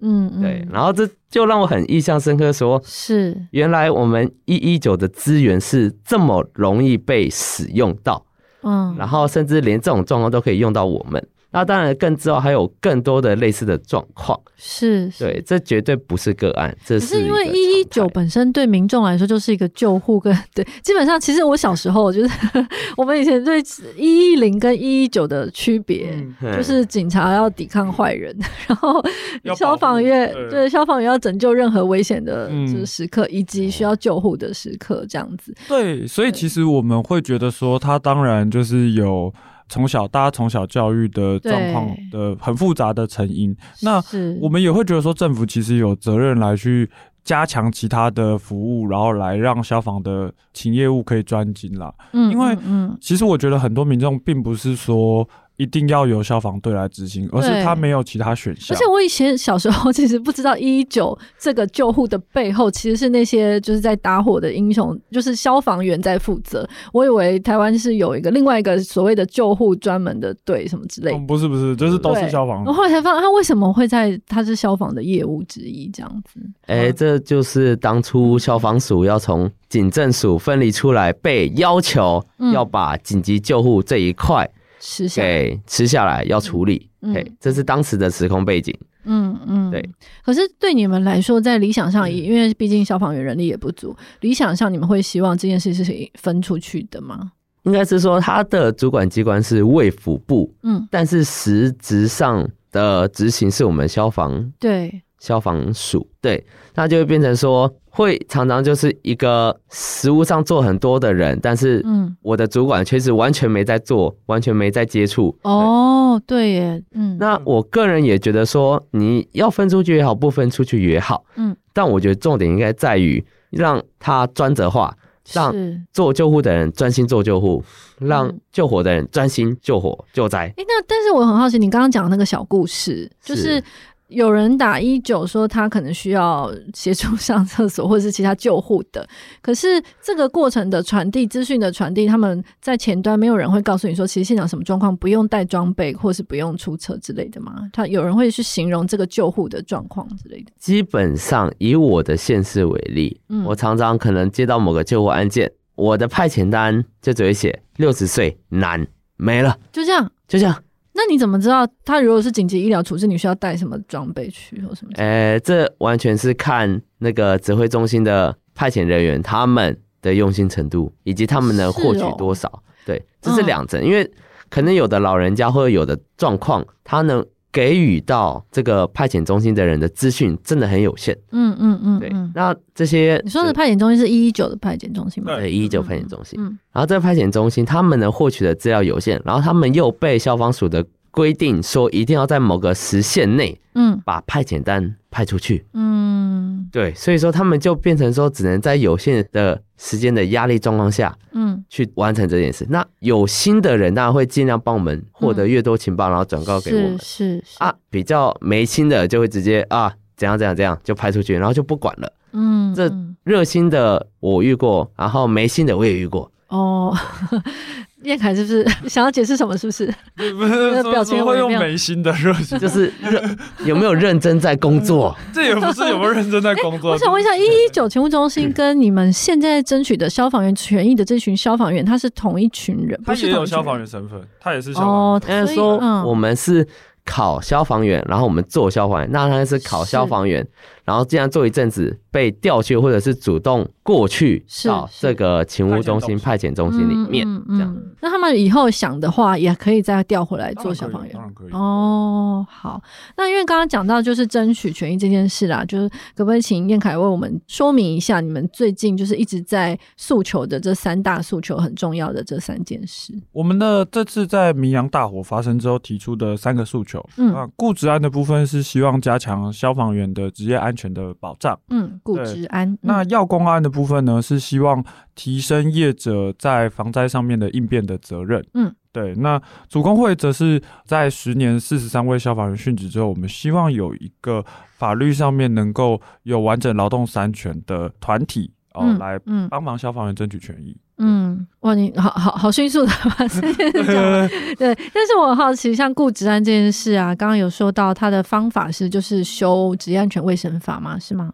Speaker 1: 嗯嗯，
Speaker 3: 对，，然后这就让我很印象深刻说。
Speaker 1: 是
Speaker 3: 原来我们一一九的资源是这么容易被使用到，
Speaker 1: 嗯
Speaker 3: 然后甚至连这种状况都可以用到我们。那当然，更之后还有更多的类似的状况。
Speaker 1: 是是。
Speaker 3: 对，这绝对不是个案，这
Speaker 1: 可是因
Speaker 3: 一
Speaker 1: 为
Speaker 3: 个
Speaker 1: 一一
Speaker 3: 常
Speaker 1: 九
Speaker 3: 态
Speaker 1: 本身对民众来说就是一个救护跟对，基本上其实我小时候就是 我们以前对一一零跟一一九的区别，就
Speaker 3: 嗯
Speaker 1: 是警察要抵抗坏人，然后
Speaker 2: 要
Speaker 1: 消
Speaker 2: 保护
Speaker 1: 防员
Speaker 2: 对
Speaker 1: 对消防员要拯救任何危险的
Speaker 2: 嗯
Speaker 1: 就是时刻，以及
Speaker 3: 嗯
Speaker 1: 需要救护的时刻，这样子。
Speaker 2: 对，所以其实我们会觉得说，他当然就是有从小大家从小教育的状况的很复杂的成因。那
Speaker 1: 是
Speaker 2: 我们也会觉得说，政府其实有责任来去加强其他的服务，然后来让消防的勤业务可以专精啦。
Speaker 1: 嗯
Speaker 2: 因为
Speaker 1: 嗯
Speaker 2: 其实我觉得很多民众并不是说一定要由消防队来执行，而是
Speaker 1: 对
Speaker 2: 他没有其他选项
Speaker 1: 而且。我以前小时候 其实不知道一一九这个救护的背后，其实是那些就是在打火的英雄，就是消防员在负责。我以为台湾是有一个另外一个所谓的救护专门的队什么之类的。
Speaker 2: 嗯，不是不是，就是都是
Speaker 1: 对
Speaker 2: 消防
Speaker 1: 我。后来才发现，啊他为什么会在他是消防的业务之一这样子？
Speaker 3: 哎，这就是当初消防署要从警政署分离出来，被要求
Speaker 1: 嗯
Speaker 3: 要把紧急救护这一块
Speaker 1: 吃下
Speaker 3: 给吃下来，要处理。
Speaker 1: 嗯
Speaker 3: 哎，这是当时的时空背景。
Speaker 1: 嗯嗯，
Speaker 3: 对。
Speaker 1: 可是对你们来说，在理想上，因为毕竟消防员人力也不足，理想上你们会希望这件事是分出去的吗？
Speaker 3: 应该是说，他的主管机关是卫福部，
Speaker 1: 嗯，
Speaker 3: 但是实质上的执行是我们消防
Speaker 1: 对，
Speaker 3: 消防署，对，那就会变成说，会常常就是一个实务上做很多的人，但是
Speaker 1: 嗯，
Speaker 3: 我的主管确实完全没在做，完全没在接触。对，
Speaker 1: 哦，对耶，嗯，
Speaker 3: 那我个人也觉得说，你要分出去也好，不分出去也好，
Speaker 1: 嗯，
Speaker 3: 但我觉得重点应该在于让他专责化，让
Speaker 1: 是。
Speaker 3: 做救护的人专心做救护，让
Speaker 1: 嗯
Speaker 3: 救火的人专心救火救灾。
Speaker 1: 哎，那但是我很好奇，你刚刚讲的那个小故事，就是
Speaker 3: 是
Speaker 1: 有人打一九说他可能需要协助上厕所或者是其他救护的，可是这个过程的传递、资讯的传递，他们在前端没有人会告诉你说，其实现场什么状况不用带装备，或是不用出车之类的吗？他有人会去形容这个救护的状况之类的。
Speaker 3: 基本上以我的县市为例，
Speaker 1: 嗯
Speaker 3: 我常常可能接到某个救护案件，我的派遣单就只会写六十岁男没了，
Speaker 1: 就这样，
Speaker 3: 就这样。
Speaker 1: 那你怎么知道他如果是紧急医疗处置，你需要带什么装备去或什么之类的？
Speaker 3: 呃，这完全是看那个指挥中心的派遣人员他们的用心程度，以及他们能获取
Speaker 1: 是哦嗯
Speaker 3: 多少。对，这是两层，因为可能有的老人家或者有的状况，他能给予到这个派遣中心的人的资讯真的很有限。
Speaker 1: 嗯嗯嗯，
Speaker 3: 对，
Speaker 1: 嗯。
Speaker 3: 那这些
Speaker 1: 你说的派遣中心是一一九的派遣中心吗？
Speaker 2: 对
Speaker 3: 对一九派遣中心，
Speaker 1: 嗯
Speaker 3: 然后这个派遣中心他们能获取的资料有限，然后他们又被消防署的规定说一定要在某个时限内
Speaker 1: 嗯
Speaker 3: 把派遣单派出去。
Speaker 1: 嗯
Speaker 3: 对，所以说他们就变成说，只能在有限的时间的压力状况下
Speaker 1: 嗯，
Speaker 3: 去完成这件事。那有心的人，当然会尽量帮我们获得越多情报，然后转告给我们
Speaker 1: 嗯是是是
Speaker 3: 啊。比较没心的就会直接啊，怎样怎样怎样就拍出去，然后就不管了。
Speaker 1: 嗯，
Speaker 3: 这
Speaker 1: 嗯
Speaker 3: 热心的我遇过，然后没心的我也遇过。
Speaker 1: 哦，叶凯是不 是想要解释什么？是不是？
Speaker 2: 不是
Speaker 1: 表情
Speaker 2: 怎么会
Speaker 1: 微
Speaker 2: 用
Speaker 1: 妙
Speaker 2: 眉心的 热情，
Speaker 3: 就是认 有没有认真在工作？
Speaker 2: 这也不是有没有认真在工作。
Speaker 1: 哎我想问一下，一一九勤务中
Speaker 2: 嗯
Speaker 1: 心跟你们现在争取的消防员权益的这群消防员，他是同一群人，
Speaker 2: 他
Speaker 1: 不是
Speaker 2: 也
Speaker 1: 同
Speaker 2: 有
Speaker 1: 一群
Speaker 2: 消防
Speaker 1: 人
Speaker 2: 员身份，他也是消防
Speaker 1: 哦
Speaker 2: 员。。
Speaker 3: 应该
Speaker 1: 所以
Speaker 3: 说
Speaker 1: 嗯
Speaker 3: 我们是考消防员，然后我们做消防员，那他是考消防员，然后这样做一阵子被调去，或者是主动过去
Speaker 1: 是
Speaker 3: 到
Speaker 1: 是
Speaker 3: 这个勤务中心、
Speaker 2: 派
Speaker 3: 派遣中心里面。
Speaker 1: 嗯
Speaker 3: 这样
Speaker 1: 嗯那他们以后想的话，也可以再调回来
Speaker 2: 当
Speaker 1: 呃做
Speaker 2: 然可
Speaker 1: 消防
Speaker 2: 以
Speaker 1: 员
Speaker 2: 当。然可以。
Speaker 1: 哦，好，那因为刚刚讲到就是争取权益这件事啦，就是可不可以请燕凯为我们说明一下你们最近就是一直在诉求的这三大诉求很重要的这三件事？
Speaker 2: 我们的这次在明阳大火发生之后提出的三个诉求，
Speaker 1: 嗯
Speaker 2: 啊，固执安的部分是希望加强消防员的职业安全的保障。
Speaker 1: 嗯，顾
Speaker 2: 对
Speaker 1: 之安，
Speaker 2: 那
Speaker 1: 嗯
Speaker 2: 药公安的部分呢，是希望提升业者在防灾上面的应变的责任。
Speaker 1: 嗯，
Speaker 2: 对。那主工会则是在十年四十三位消防员殉职之后，我们希望有一个法律上面能够有完整劳动三权的团体哦，
Speaker 1: 嗯
Speaker 2: 来
Speaker 1: 嗯
Speaker 2: 帮忙消防员争取权益。
Speaker 1: 嗯，哇，你好好好迅速的把这件事讲 完。对，但是我很好奇，像顾职安这件事啊，刚刚有说到他的方法是就是修《职业安全卫生法》嘛，是吗？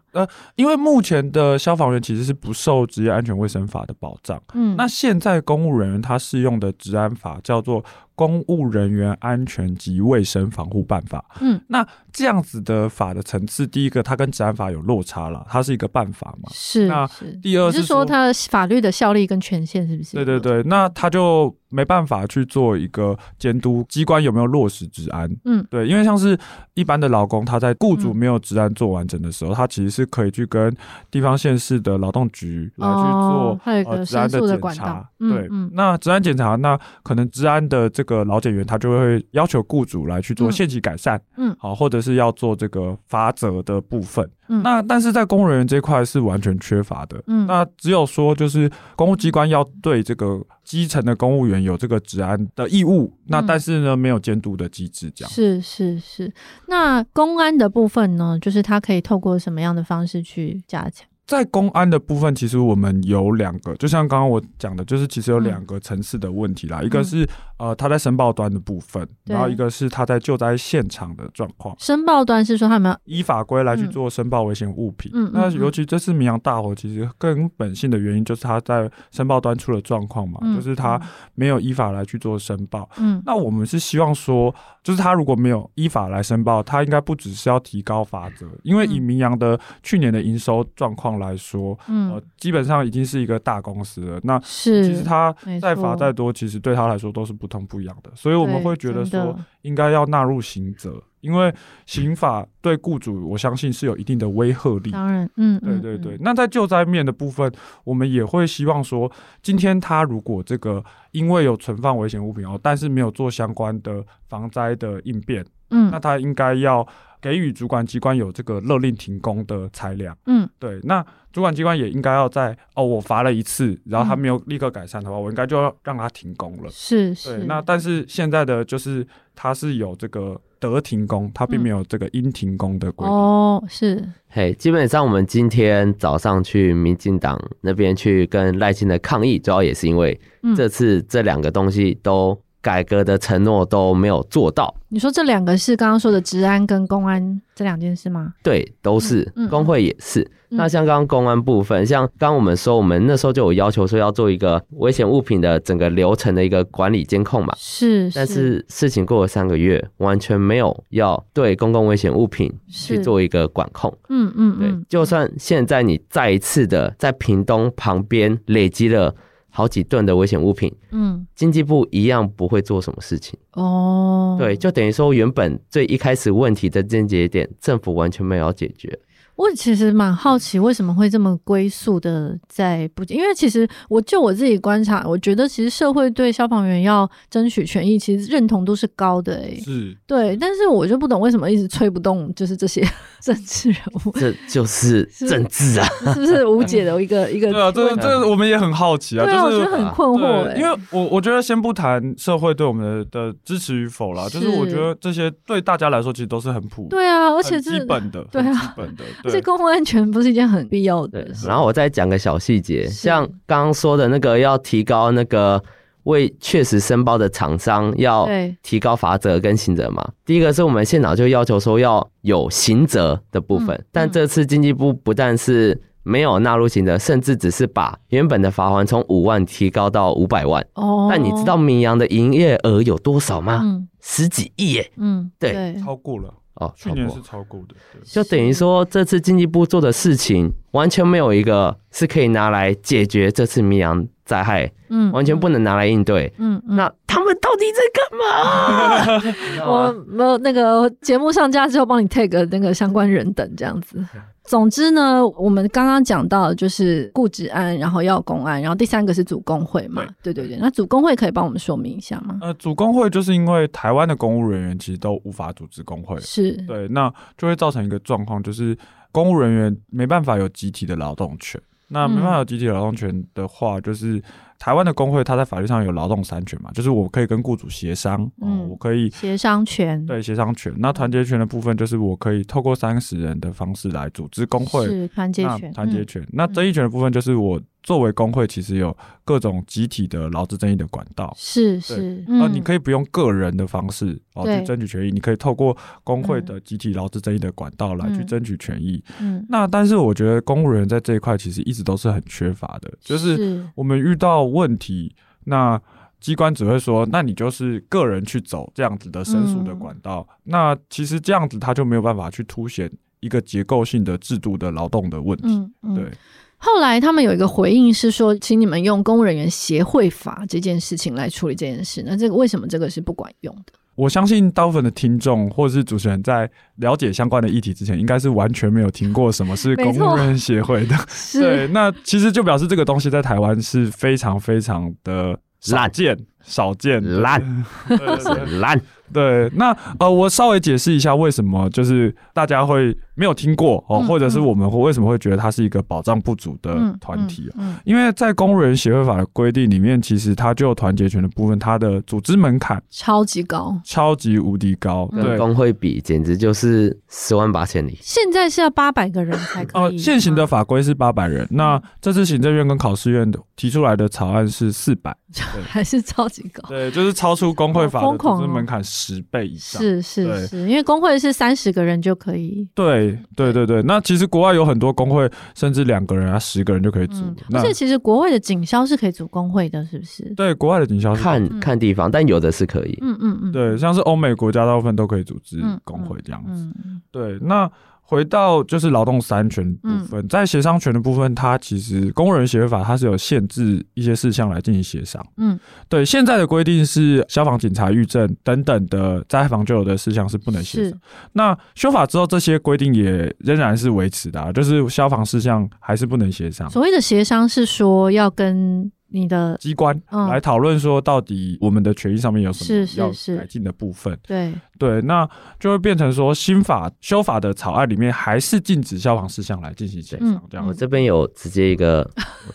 Speaker 2: 因为目前的消防员其实是不受职业安全卫生法的保障。
Speaker 1: 嗯，
Speaker 2: 那现在公务人员他适用的治安法叫做《公务人员安全及卫生防护办法》。
Speaker 1: 嗯，
Speaker 2: 那这样子的法的层次，第一个它跟治安法有落差了，它是一个办法嘛。
Speaker 1: 是
Speaker 2: 那
Speaker 1: 是，
Speaker 2: 第二
Speaker 1: 你是
Speaker 2: 说
Speaker 1: 说他法律的效力跟权限是不是？
Speaker 2: 对对，对，那他就没办法去做一个监督机关有没有落实治安。
Speaker 1: 嗯，
Speaker 2: 对，因为像是一般的劳工，他在雇主
Speaker 1: 嗯
Speaker 2: 没有治安做完整的时候，他其实是可以去跟地方县市的劳动局来去
Speaker 1: 哦
Speaker 2: 做、
Speaker 1: 还有一个
Speaker 2: 呃治安
Speaker 1: 申诉的
Speaker 2: 检
Speaker 1: 管
Speaker 2: 查
Speaker 1: 道。嗯
Speaker 2: 对，
Speaker 1: 嗯
Speaker 2: 那治安检查，那可能治安的这个劳检员他就会要求雇主来去做
Speaker 1: 嗯
Speaker 2: 限期改善，
Speaker 1: 嗯
Speaker 2: 好，或者是要做这个罚则的部分。
Speaker 1: 嗯
Speaker 2: 那但是在公务人员这块是完全缺乏的。
Speaker 1: 嗯，
Speaker 2: 那只有说，就是公务机关要对这个基层的公务员有这个治安的义务，那但是呢，没有监督的机制，这
Speaker 1: 嗯
Speaker 2: 样。
Speaker 1: 是是是。那公安的部分呢，就是他可以透过什么样的方式去加强？
Speaker 2: 在公安的部分，其实我们有两个，就像刚刚我讲的，就是其
Speaker 1: 嗯
Speaker 2: 实有两个层次的问题啦，一个是呃他在申报端的部分，
Speaker 1: 对
Speaker 2: 然后一个是他在救灾现场的状况。
Speaker 1: 申报端是说他们
Speaker 2: 依法规来去
Speaker 1: 嗯
Speaker 2: 做申报危险物品，
Speaker 1: 嗯嗯
Speaker 2: 那
Speaker 1: 嗯
Speaker 2: 尤其这次明阳大火，其实根本性的原因就是他在申报端出了状况嘛，
Speaker 1: 嗯
Speaker 2: 就是他没有依法来去做申报。
Speaker 1: 嗯
Speaker 2: 那我们是希望说，就是他如果没有依法来申报，他应该不只是要提高罚则，因为以
Speaker 1: 嗯
Speaker 2: 明阳的去年的营收状况来说，
Speaker 1: 嗯
Speaker 2: 呃，基本上已经是一个大公司了。那其实
Speaker 1: 是。
Speaker 2: 他
Speaker 1: 没
Speaker 2: 再罚
Speaker 1: 错
Speaker 2: 再多，其实对他来说都是不痛不痒的，所以我们
Speaker 1: 对
Speaker 2: 会觉得
Speaker 1: 真的
Speaker 2: 说，应该要纳入刑责，因为刑法对雇主，我相信是有一定的威慑力。
Speaker 1: 当然，嗯，
Speaker 2: 对
Speaker 1: 嗯
Speaker 2: 对对，
Speaker 1: 嗯
Speaker 2: 那在救灾面的部分，我们也会希望说，今天他如果这个因为有存放危险物品哦，但是没有做相关的防灾的应变，
Speaker 1: 嗯，
Speaker 2: 那他应该要给予主管机关有这个勒令停工的裁量。
Speaker 1: 嗯，
Speaker 2: 对，那主管机关也应该要在哦，我罚了一次，然后他
Speaker 1: 嗯
Speaker 2: 没有立刻改善的话，我应该就要让他停工了。
Speaker 1: 是是
Speaker 2: 对，，那但是现在的就是他是有这个得停工，他并没有这个应停工的规定。
Speaker 1: 嗯哦，是，
Speaker 3: 嘿，基本上我们今天早上去民进党那边去跟赖清德抗议，主要也是因为
Speaker 1: 嗯
Speaker 3: 这次这两个东西都改革的承诺都没有做到。
Speaker 1: 你说这两个是刚刚说的治安跟公安这两件事吗？
Speaker 3: 对，都是
Speaker 1: 嗯嗯
Speaker 3: 工会也是。
Speaker 1: 嗯
Speaker 3: 那像刚刚公安部分，像刚刚我们说，我们那时候就有要求说要做一个危险物品的整个流程的一个管理监控嘛。
Speaker 1: 是，
Speaker 3: 但是事情过了三个月，完全没有要对公共危险物品去
Speaker 1: 是
Speaker 3: 做一个管控。
Speaker 1: 嗯嗯
Speaker 3: 对
Speaker 1: 嗯，，
Speaker 3: 就算现在你再一次的在屏东旁边累积了好几吨的危险物品，
Speaker 1: 嗯
Speaker 3: 经济部一样不会做什么事情。
Speaker 1: 哦，
Speaker 3: 对，就等于说原本最一开始问题的症结点，政府完全没有要解决。
Speaker 1: 我其实蛮好奇，为什么会这么龟速的在不？因为其实我就我自己观察，我觉得其实社会对消防员要争取权益，其实认同度是高的诶、
Speaker 2: 是，
Speaker 1: 对，但是我就不懂为什么一直吹不动，就是这些 政治人物，
Speaker 3: 这就是政治啊！
Speaker 1: 是不是无解的一 个一个？
Speaker 2: 对啊，这个这个我们也很好奇啊，
Speaker 1: 对啊，我
Speaker 2: 就
Speaker 1: 觉得
Speaker 2: 是。
Speaker 1: 很困惑欸诶、
Speaker 2: 对，因为我我觉得先不谈社会对我们的的支持与否啦，就是
Speaker 1: 是
Speaker 2: 我觉得这些对大家来说其实都是很普
Speaker 1: 对啊，而且
Speaker 2: 很
Speaker 1: 这
Speaker 2: 基本的，
Speaker 1: 对啊
Speaker 2: 很基本的，对
Speaker 4: 这公共安全不是一件很必要
Speaker 3: 对
Speaker 4: 的事。，
Speaker 3: 然后我再讲个小细节，
Speaker 4: 是
Speaker 3: 像刚刚说的那个要提高那个为确实申报的厂商要
Speaker 4: 对
Speaker 3: 提高罚则跟刑责嘛。第一个是我们现场就要求说要有刑责的部分，
Speaker 4: 嗯
Speaker 3: 但这次经济部不但是没有纳入刑责，甚至只是把原本的罚款从五万提高到五百万。
Speaker 4: 哦，
Speaker 3: 但你知道明阳的营业额有多少吗？
Speaker 4: 嗯
Speaker 3: 十几亿耶！
Speaker 4: 嗯，
Speaker 3: 对
Speaker 2: 超过了，
Speaker 3: 哦，
Speaker 2: 去
Speaker 3: 超
Speaker 2: 年
Speaker 3: 过
Speaker 2: 是超过的，对
Speaker 3: 就等于说这次经济部做的事情，完全没有一个是可以拿来解决这次绵阳灾害，
Speaker 4: 嗯，
Speaker 3: 完全不能拿来应对。
Speaker 4: 嗯，嗯，
Speaker 3: 那他们到底在干嘛？
Speaker 4: 我没有那个节目上架之后帮你 tag 那个相关人等这样子。
Speaker 2: 啊
Speaker 4: 总之呢，我们刚刚讲到的就是顾职安，然后要公安，然后第三个是组工会嘛，对对对。那组工会可以帮我们说明一下吗？
Speaker 2: 呃，主工会就是因为台湾的公务人员其实都无法组织工会，
Speaker 4: 是，
Speaker 1: 嗯
Speaker 2: 对，那就会造成一个状况，就是公务人员没办法有集体的劳动权。那没
Speaker 1: 嗯
Speaker 2: 办法有集体劳动权的话，就是台湾的工会，它在法律上有劳动三权嘛，就是我可以跟雇主协商，嗯、
Speaker 4: 嗯
Speaker 2: 我可以
Speaker 1: 协商权，
Speaker 2: 对协商权。那团结权的部分，就是我可以透过三十人的方式来组织工会，
Speaker 1: 是团结
Speaker 2: 那
Speaker 1: 权，嗯
Speaker 2: 团结权。那争议权的部分，就是我作为工会，其实有各种集体的劳资争议的管道。
Speaker 1: 是
Speaker 2: 对
Speaker 1: 是，
Speaker 2: 那、
Speaker 4: 嗯
Speaker 2: 你可以不用个人的方式哦
Speaker 1: 对
Speaker 2: 去争取权益，你可以透过工会的集体劳资争议的管道来去
Speaker 1: 嗯
Speaker 2: 争取权益。
Speaker 1: 嗯，
Speaker 2: 那但是我觉得公务人员在这一块其实一直都是很缺乏的，就是
Speaker 1: 是
Speaker 2: 我们遇到问题，那机关只会说，那你就是个人去走这样子的申诉的管道。
Speaker 1: 嗯
Speaker 2: 那其实这样子他就没有办法去凸显一个结构性的制度的劳动的问题。
Speaker 1: 嗯嗯
Speaker 2: 对，
Speaker 4: 后来他们有一个回应是说，请你们用公务人员协会法这件事情来处理这件事。那这个为什么这个是不管用的？
Speaker 2: 我相信大部分的听众或者是主持人在了解相关的议题之前，应该是完全没有听过什么是公
Speaker 4: 没错
Speaker 2: 务人员协会的。对，
Speaker 4: 是
Speaker 2: 那其实就表示这个东西在台湾是非常非常的少
Speaker 3: 烂
Speaker 2: 见，少见的。
Speaker 3: 烂
Speaker 2: 对对对
Speaker 3: 烂，
Speaker 2: 对，那呃，我稍微解释一下为什么就是大家会没有听过哦，
Speaker 4: 嗯
Speaker 2: 或者是我们会为什么会觉得它是一个保障不足的团体、哦
Speaker 4: 嗯嗯嗯
Speaker 2: 因为在公务人协会法的规定里面，其实它就团结权的部分，它的组织门槛
Speaker 4: 超级高。
Speaker 2: 超级无敌高，
Speaker 4: 嗯
Speaker 3: 跟
Speaker 2: 对。
Speaker 3: 工会比简直就是十万八千里。
Speaker 1: 现在是要八百个人才可
Speaker 2: 呃，
Speaker 1: 以，嗯
Speaker 2: 现 行的法规是八百人，那这次行政院跟考试院的提出来的草案是四百，
Speaker 4: 还是超级高，
Speaker 2: 对，就是超出工会法
Speaker 1: 哦好
Speaker 2: 的
Speaker 1: 疯狂
Speaker 2: 组
Speaker 1: 哦
Speaker 2: 织门槛十倍以上。
Speaker 1: 是是
Speaker 2: 啊对
Speaker 1: 是，因为工会是三十个人就可以，
Speaker 2: 对对对
Speaker 1: 嗯
Speaker 2: 对，那其实国外有很多工会，甚至两个人啊、十个人就可以组
Speaker 1: 嗯。，
Speaker 2: 那
Speaker 1: 而且其实国外的警消是可以组工会的，是不是？
Speaker 2: 对国外的警消是，
Speaker 4: 嗯
Speaker 3: 看看地方，但有的是可以。
Speaker 1: 嗯嗯嗯，
Speaker 2: 对，啊像是欧美国家大部分都可以组织
Speaker 1: 嗯
Speaker 2: 工会这样子。
Speaker 1: 嗯，嗯，
Speaker 2: 对，那回到就是劳动三权部分，在协商权的部分，它其实工人协会法它是有限制一些事项来进行协商。
Speaker 1: 嗯，
Speaker 2: 对，现在的规定是消防、警察、狱政等等的灾害防救的事项是不能协
Speaker 1: 是
Speaker 2: 商。那修法之后，这些规定也仍然是维持的、啊，就是消防事项还是不能协商。
Speaker 1: 所谓的协商是说要跟你的
Speaker 2: 机关
Speaker 1: 嗯
Speaker 2: 来讨论说，到底我们的权益上面有什
Speaker 1: 是
Speaker 2: 么
Speaker 1: 是是
Speaker 2: 要改进的部分？
Speaker 1: 对
Speaker 2: 对，那就会变成说，新法修法的草案里面还是禁止消防事项来进行协
Speaker 1: 嗯
Speaker 2: 商，这样
Speaker 3: 我
Speaker 2: 子。
Speaker 3: 这边有直接一个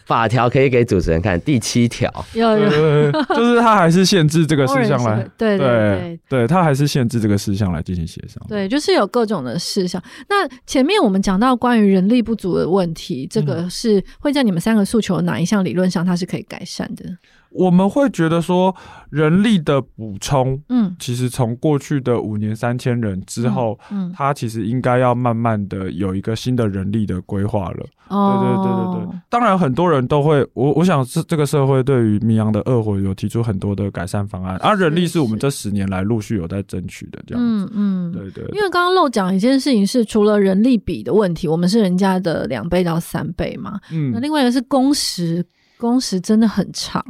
Speaker 3: 法条可以给主持人看，第七条，
Speaker 1: 哎
Speaker 4: 要
Speaker 2: 对
Speaker 4: 有
Speaker 2: 对对，就是他还是限制这个事项
Speaker 4: 工人协
Speaker 2: 来
Speaker 4: 会，
Speaker 1: 对对
Speaker 2: 对对，他还是限制这个事项来进行协商。
Speaker 4: 对，就是有各种的事项。那前面我们讲到关于人力不足的问题，这
Speaker 2: 嗯
Speaker 4: 个是会在你们三个诉求哪一项理论上它是可以改善的？
Speaker 2: 我们会觉得说，人力的补充，
Speaker 1: 嗯
Speaker 2: 其实从过去的五年三千人之后，
Speaker 1: 嗯，
Speaker 2: 它其实应该要慢慢的有一个新的人力的规划了。
Speaker 4: 哦
Speaker 2: 对对对对对，
Speaker 1: 哦
Speaker 2: 当然很多人都会，我我想是这个社会对于民阳的恶火有提出很多的改善方案，而、啊、人力是我们这十年来陆续有在争取的这样子。
Speaker 1: 嗯嗯，
Speaker 2: 对对
Speaker 4: 因为刚刚漏讲一件事情是，除了人力比的问题，我们是人家的两倍到三倍嘛，那
Speaker 2: 嗯，
Speaker 4: 另外一个是工时。工时真的很长，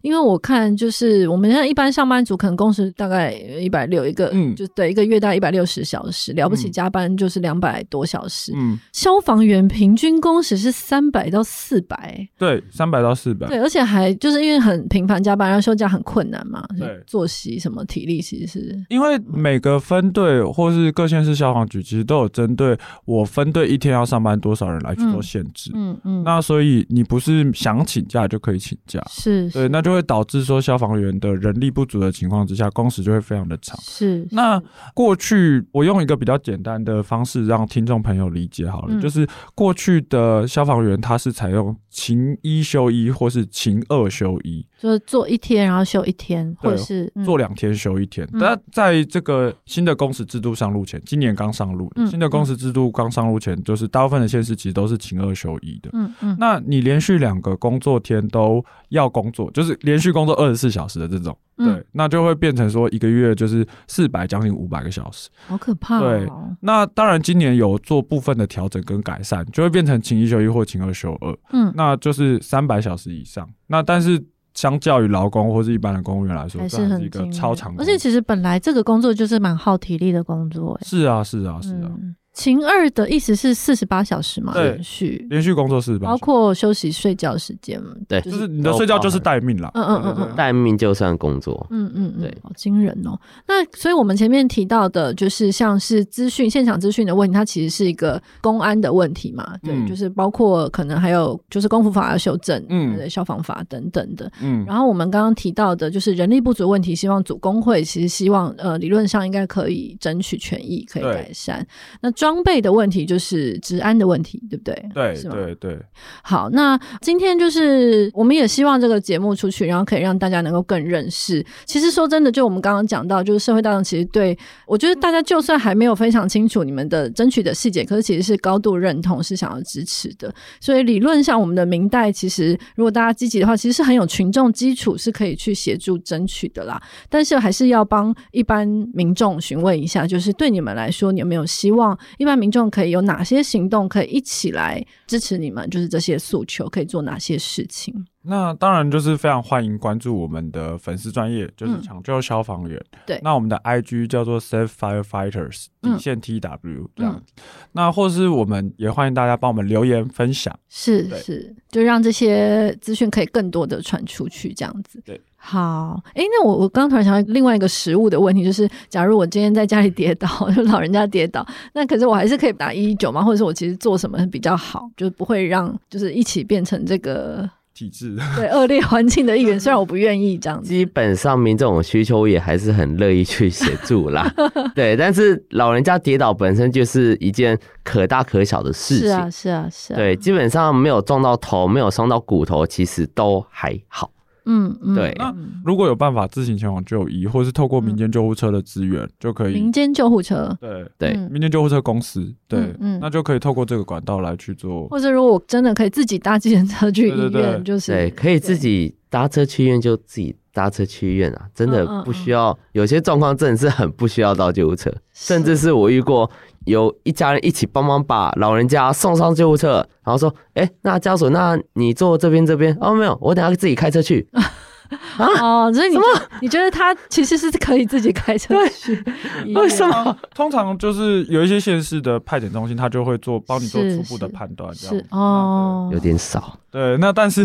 Speaker 4: 因为我看就是我们现在一般上班族可能工时大概一百六一个，
Speaker 2: 嗯
Speaker 4: 就对一个月大概一百六十小时，了不起
Speaker 2: 嗯
Speaker 4: 加班就是两百多小时。
Speaker 2: 嗯，
Speaker 4: 消防员平均工时是三百到四百，
Speaker 2: 对，三百到四百，
Speaker 4: 对，而且还就是因为很频繁加班，然后休假很困难嘛，
Speaker 2: 对
Speaker 4: 作息什么体力其实是
Speaker 2: 因为每个分队或是各县市消防局其实都有针对我分队一天要上班多少人来去做限制。
Speaker 1: 嗯嗯，
Speaker 2: 那所以你不是想请假就可以请假，
Speaker 1: 是
Speaker 2: 对，那就会导致说消防员的人力不足的情况之下，工时就会非常的长。
Speaker 1: 是
Speaker 2: 那过去我用一个比较简单的方式让听众朋友理解好了，
Speaker 1: 嗯
Speaker 2: 就是过去的消防员他是采用勤一休一或是勤二休一，
Speaker 1: 就是做一天然后休一天，
Speaker 2: 对
Speaker 1: 或者是、嗯
Speaker 2: 做两天休一天。
Speaker 1: 嗯
Speaker 2: 但在这个新的工时制度上路前，今年刚上路，
Speaker 1: 嗯
Speaker 2: 新的工时制度刚上路前，就是大部分的县市其实都是勤二休一的。
Speaker 1: 嗯嗯
Speaker 2: 那你连续两个工作天都要工作，就是连续工作二十四小时的这种，
Speaker 1: 嗯
Speaker 2: 对，那就会变成说一个月就是四百将近五百个小时。
Speaker 1: 好可怕、
Speaker 2: 对
Speaker 1: 哦，
Speaker 2: 那当然，今年有做部分的调整跟改善，就会变成勤一休一或勤二休二，
Speaker 1: 嗯，
Speaker 2: 那就是三百小时以上。那但是相较于劳工或是一般的公务员来说，
Speaker 1: 还
Speaker 2: 这
Speaker 1: 是
Speaker 2: 还
Speaker 1: 很
Speaker 2: 是一个
Speaker 1: 惊
Speaker 2: 超
Speaker 1: 人
Speaker 2: 长工
Speaker 1: 而
Speaker 2: 作。
Speaker 1: 且其实本来这个工作就是蛮耗体力的工作、哎，
Speaker 2: 是啊，是啊，是啊，
Speaker 1: 嗯，勤二的意思是四十八小时嘛，
Speaker 2: 对
Speaker 1: 连续，
Speaker 2: 连续工作四十八
Speaker 1: 包，括休息睡觉时间，
Speaker 3: 对
Speaker 1: 就
Speaker 2: 就是是你的睡觉就是待命啦。
Speaker 1: 嗯嗯嗯
Speaker 2: 对
Speaker 1: 嗯
Speaker 2: 对对
Speaker 3: 待命就算工作，
Speaker 1: 嗯嗯嗯，
Speaker 3: 对
Speaker 1: 好惊人哦。那所以我们前面提到的，就是像是资讯现场资讯的问题，它其实是一个公安的问题嘛，对，
Speaker 2: 嗯
Speaker 1: 就是包括可能还有就是公服法要修正，
Speaker 2: 嗯
Speaker 1: 嗯，消防法等等的。
Speaker 2: 嗯，
Speaker 1: 然后我们刚刚提到的，就是人力不足问题，希望组工会其实希望呃理论上应该可以争取权益，可以
Speaker 2: 对
Speaker 1: 改善。那装备的问题就是治安的问题，对不对？
Speaker 2: 对
Speaker 1: 是吗
Speaker 2: 对对，
Speaker 1: 好，那今天就是我们也希望这个节目出去，然后可以让大家能够更认识。其实说真的，就我们刚刚讲到，就是社会大众其实对我觉得大家就算还没有非常清楚你们的争取的细节，可是其实是高度认同，是想要支持的。所以理论上，我们的明代其实如果大家积极的话，其实是很有群众基础，是可以去协助争取的啦。但是还是要帮一般民众询问一下，就是对你们来说，你有没有希望一般民众可以有哪些行动可以一起来支持你们？就是这些诉求可以做哪些事情？
Speaker 2: 那当然就是非常欢迎关注我们的粉丝专业，就是
Speaker 1: 嗯
Speaker 2: 抢救消防员。
Speaker 1: 对
Speaker 2: 那我们的 IG 叫做 Save Firefighters
Speaker 1: 嗯
Speaker 2: 底线 TW 这样。那或是我们也欢迎大家帮我们留言分享。
Speaker 1: 是
Speaker 2: 对
Speaker 1: 是，就让这些资讯可以更多的传出去，这样子。
Speaker 2: 对，
Speaker 1: 好，诶，那我我刚刚突然想到另外一个食物的问题，就是假如我今天在家里跌倒，就老人家跌倒，那可是我还是可以打一一九吗？或者是我其实做什么比较好，就是不会让就是一起变成这个
Speaker 2: 体制
Speaker 1: 对恶劣环境的一员，虽然我不愿意这样子。
Speaker 3: 基本上民众有需求也还是很乐意去协助 啦。对，但是老人家跌倒本身就是一件可大可小的事
Speaker 1: 是
Speaker 3: 情。
Speaker 1: 啊，是啊，是啊。，
Speaker 3: 对，基本上没有撞到头，没有伤到骨头，其实都还好。
Speaker 1: 嗯嗯，
Speaker 3: 对
Speaker 2: 那
Speaker 1: 嗯
Speaker 2: 如果有办法自行前往就医，或是透过民间救护车的资源，就可以
Speaker 1: 民间救护车，
Speaker 2: 对
Speaker 3: 对
Speaker 1: 嗯
Speaker 2: 民间救护车公司对，
Speaker 1: 嗯嗯
Speaker 2: 那就可以透过这个管道来去做。
Speaker 1: 或者如果我真的可以自己搭计程车去医院，
Speaker 2: 对对对
Speaker 1: 就是
Speaker 3: 对，可以自己搭车去医院就自己搭车去医院啊，真的
Speaker 1: 嗯嗯
Speaker 3: 不需要。有些状况真的是很不需要到救护车，甚至是我遇过有一家人一起帮忙把老人家送上救护车，然后说：“哎、那家属，那你坐这边这边哦，没有，我等下自己开车去。
Speaker 1: 哦，所以你觉你觉得他其实是可以自己开车去医院？
Speaker 3: 为什么？
Speaker 2: 通常就是有一些县市的派遣中心，他就会做帮你做
Speaker 1: 是
Speaker 2: 初步的
Speaker 1: 是
Speaker 2: 判断，这样
Speaker 1: 是
Speaker 2: 子
Speaker 1: 哦
Speaker 3: 有，点少，
Speaker 2: 对，那但是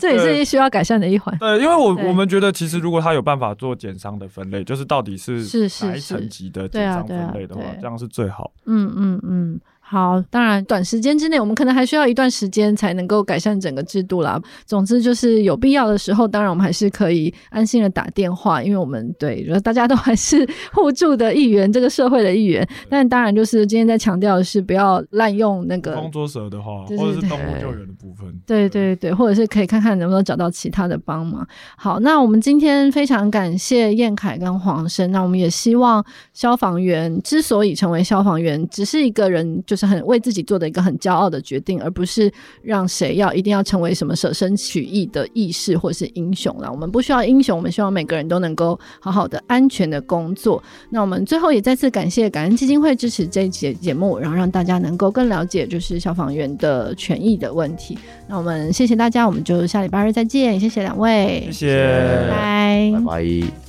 Speaker 1: 这也是需要改善的一环。
Speaker 2: 对，因为我
Speaker 1: 对
Speaker 2: 我们觉得，其实如果他有办法做减伤的分类，就是到底是
Speaker 1: 是是
Speaker 2: 哪一
Speaker 1: 是
Speaker 2: 层级的
Speaker 1: 对
Speaker 2: 减
Speaker 1: 啊
Speaker 2: 伤
Speaker 1: 对啊
Speaker 2: 分类的话，
Speaker 1: 对
Speaker 2: 这样是最好。
Speaker 1: 嗯嗯嗯，好，当然短时间之内，我们可能还需要一段时间才能够改善整个制度啦。总之就是有必要的时候，当然我们还是可以安心的打电话，因为我们对大家都还是互助的一员，这个社会的一员。但当然就是今天在强调的是不要滥用那
Speaker 2: 捕
Speaker 1: 个
Speaker 2: 风捉蛇的话，
Speaker 1: 对
Speaker 2: 或者
Speaker 1: 对
Speaker 2: 是
Speaker 1: 对
Speaker 2: 动物救援的部分，
Speaker 1: 对对对，或者是可以看看能不能找到其他的帮忙。好，那我们今天非常感谢燕凯跟黄生，那我们也希望消防员之所以成为消防员，只是一个人就是很为自己做的一个很骄傲的决定，而不是让谁要一定要成为什么舍身取义的义士或是英雄啦。我们不需要英雄，我们希望每个人都能够好好的安全的工作。那我们最后也再次感谢感恩基金会支持这一节节目，然后让大家能够更了解就是消防员的权益的问题。那我们谢谢大家，我们就下礼拜日再见，谢谢两位
Speaker 2: 谢，谢。
Speaker 1: 拜拜
Speaker 3: 拜拜。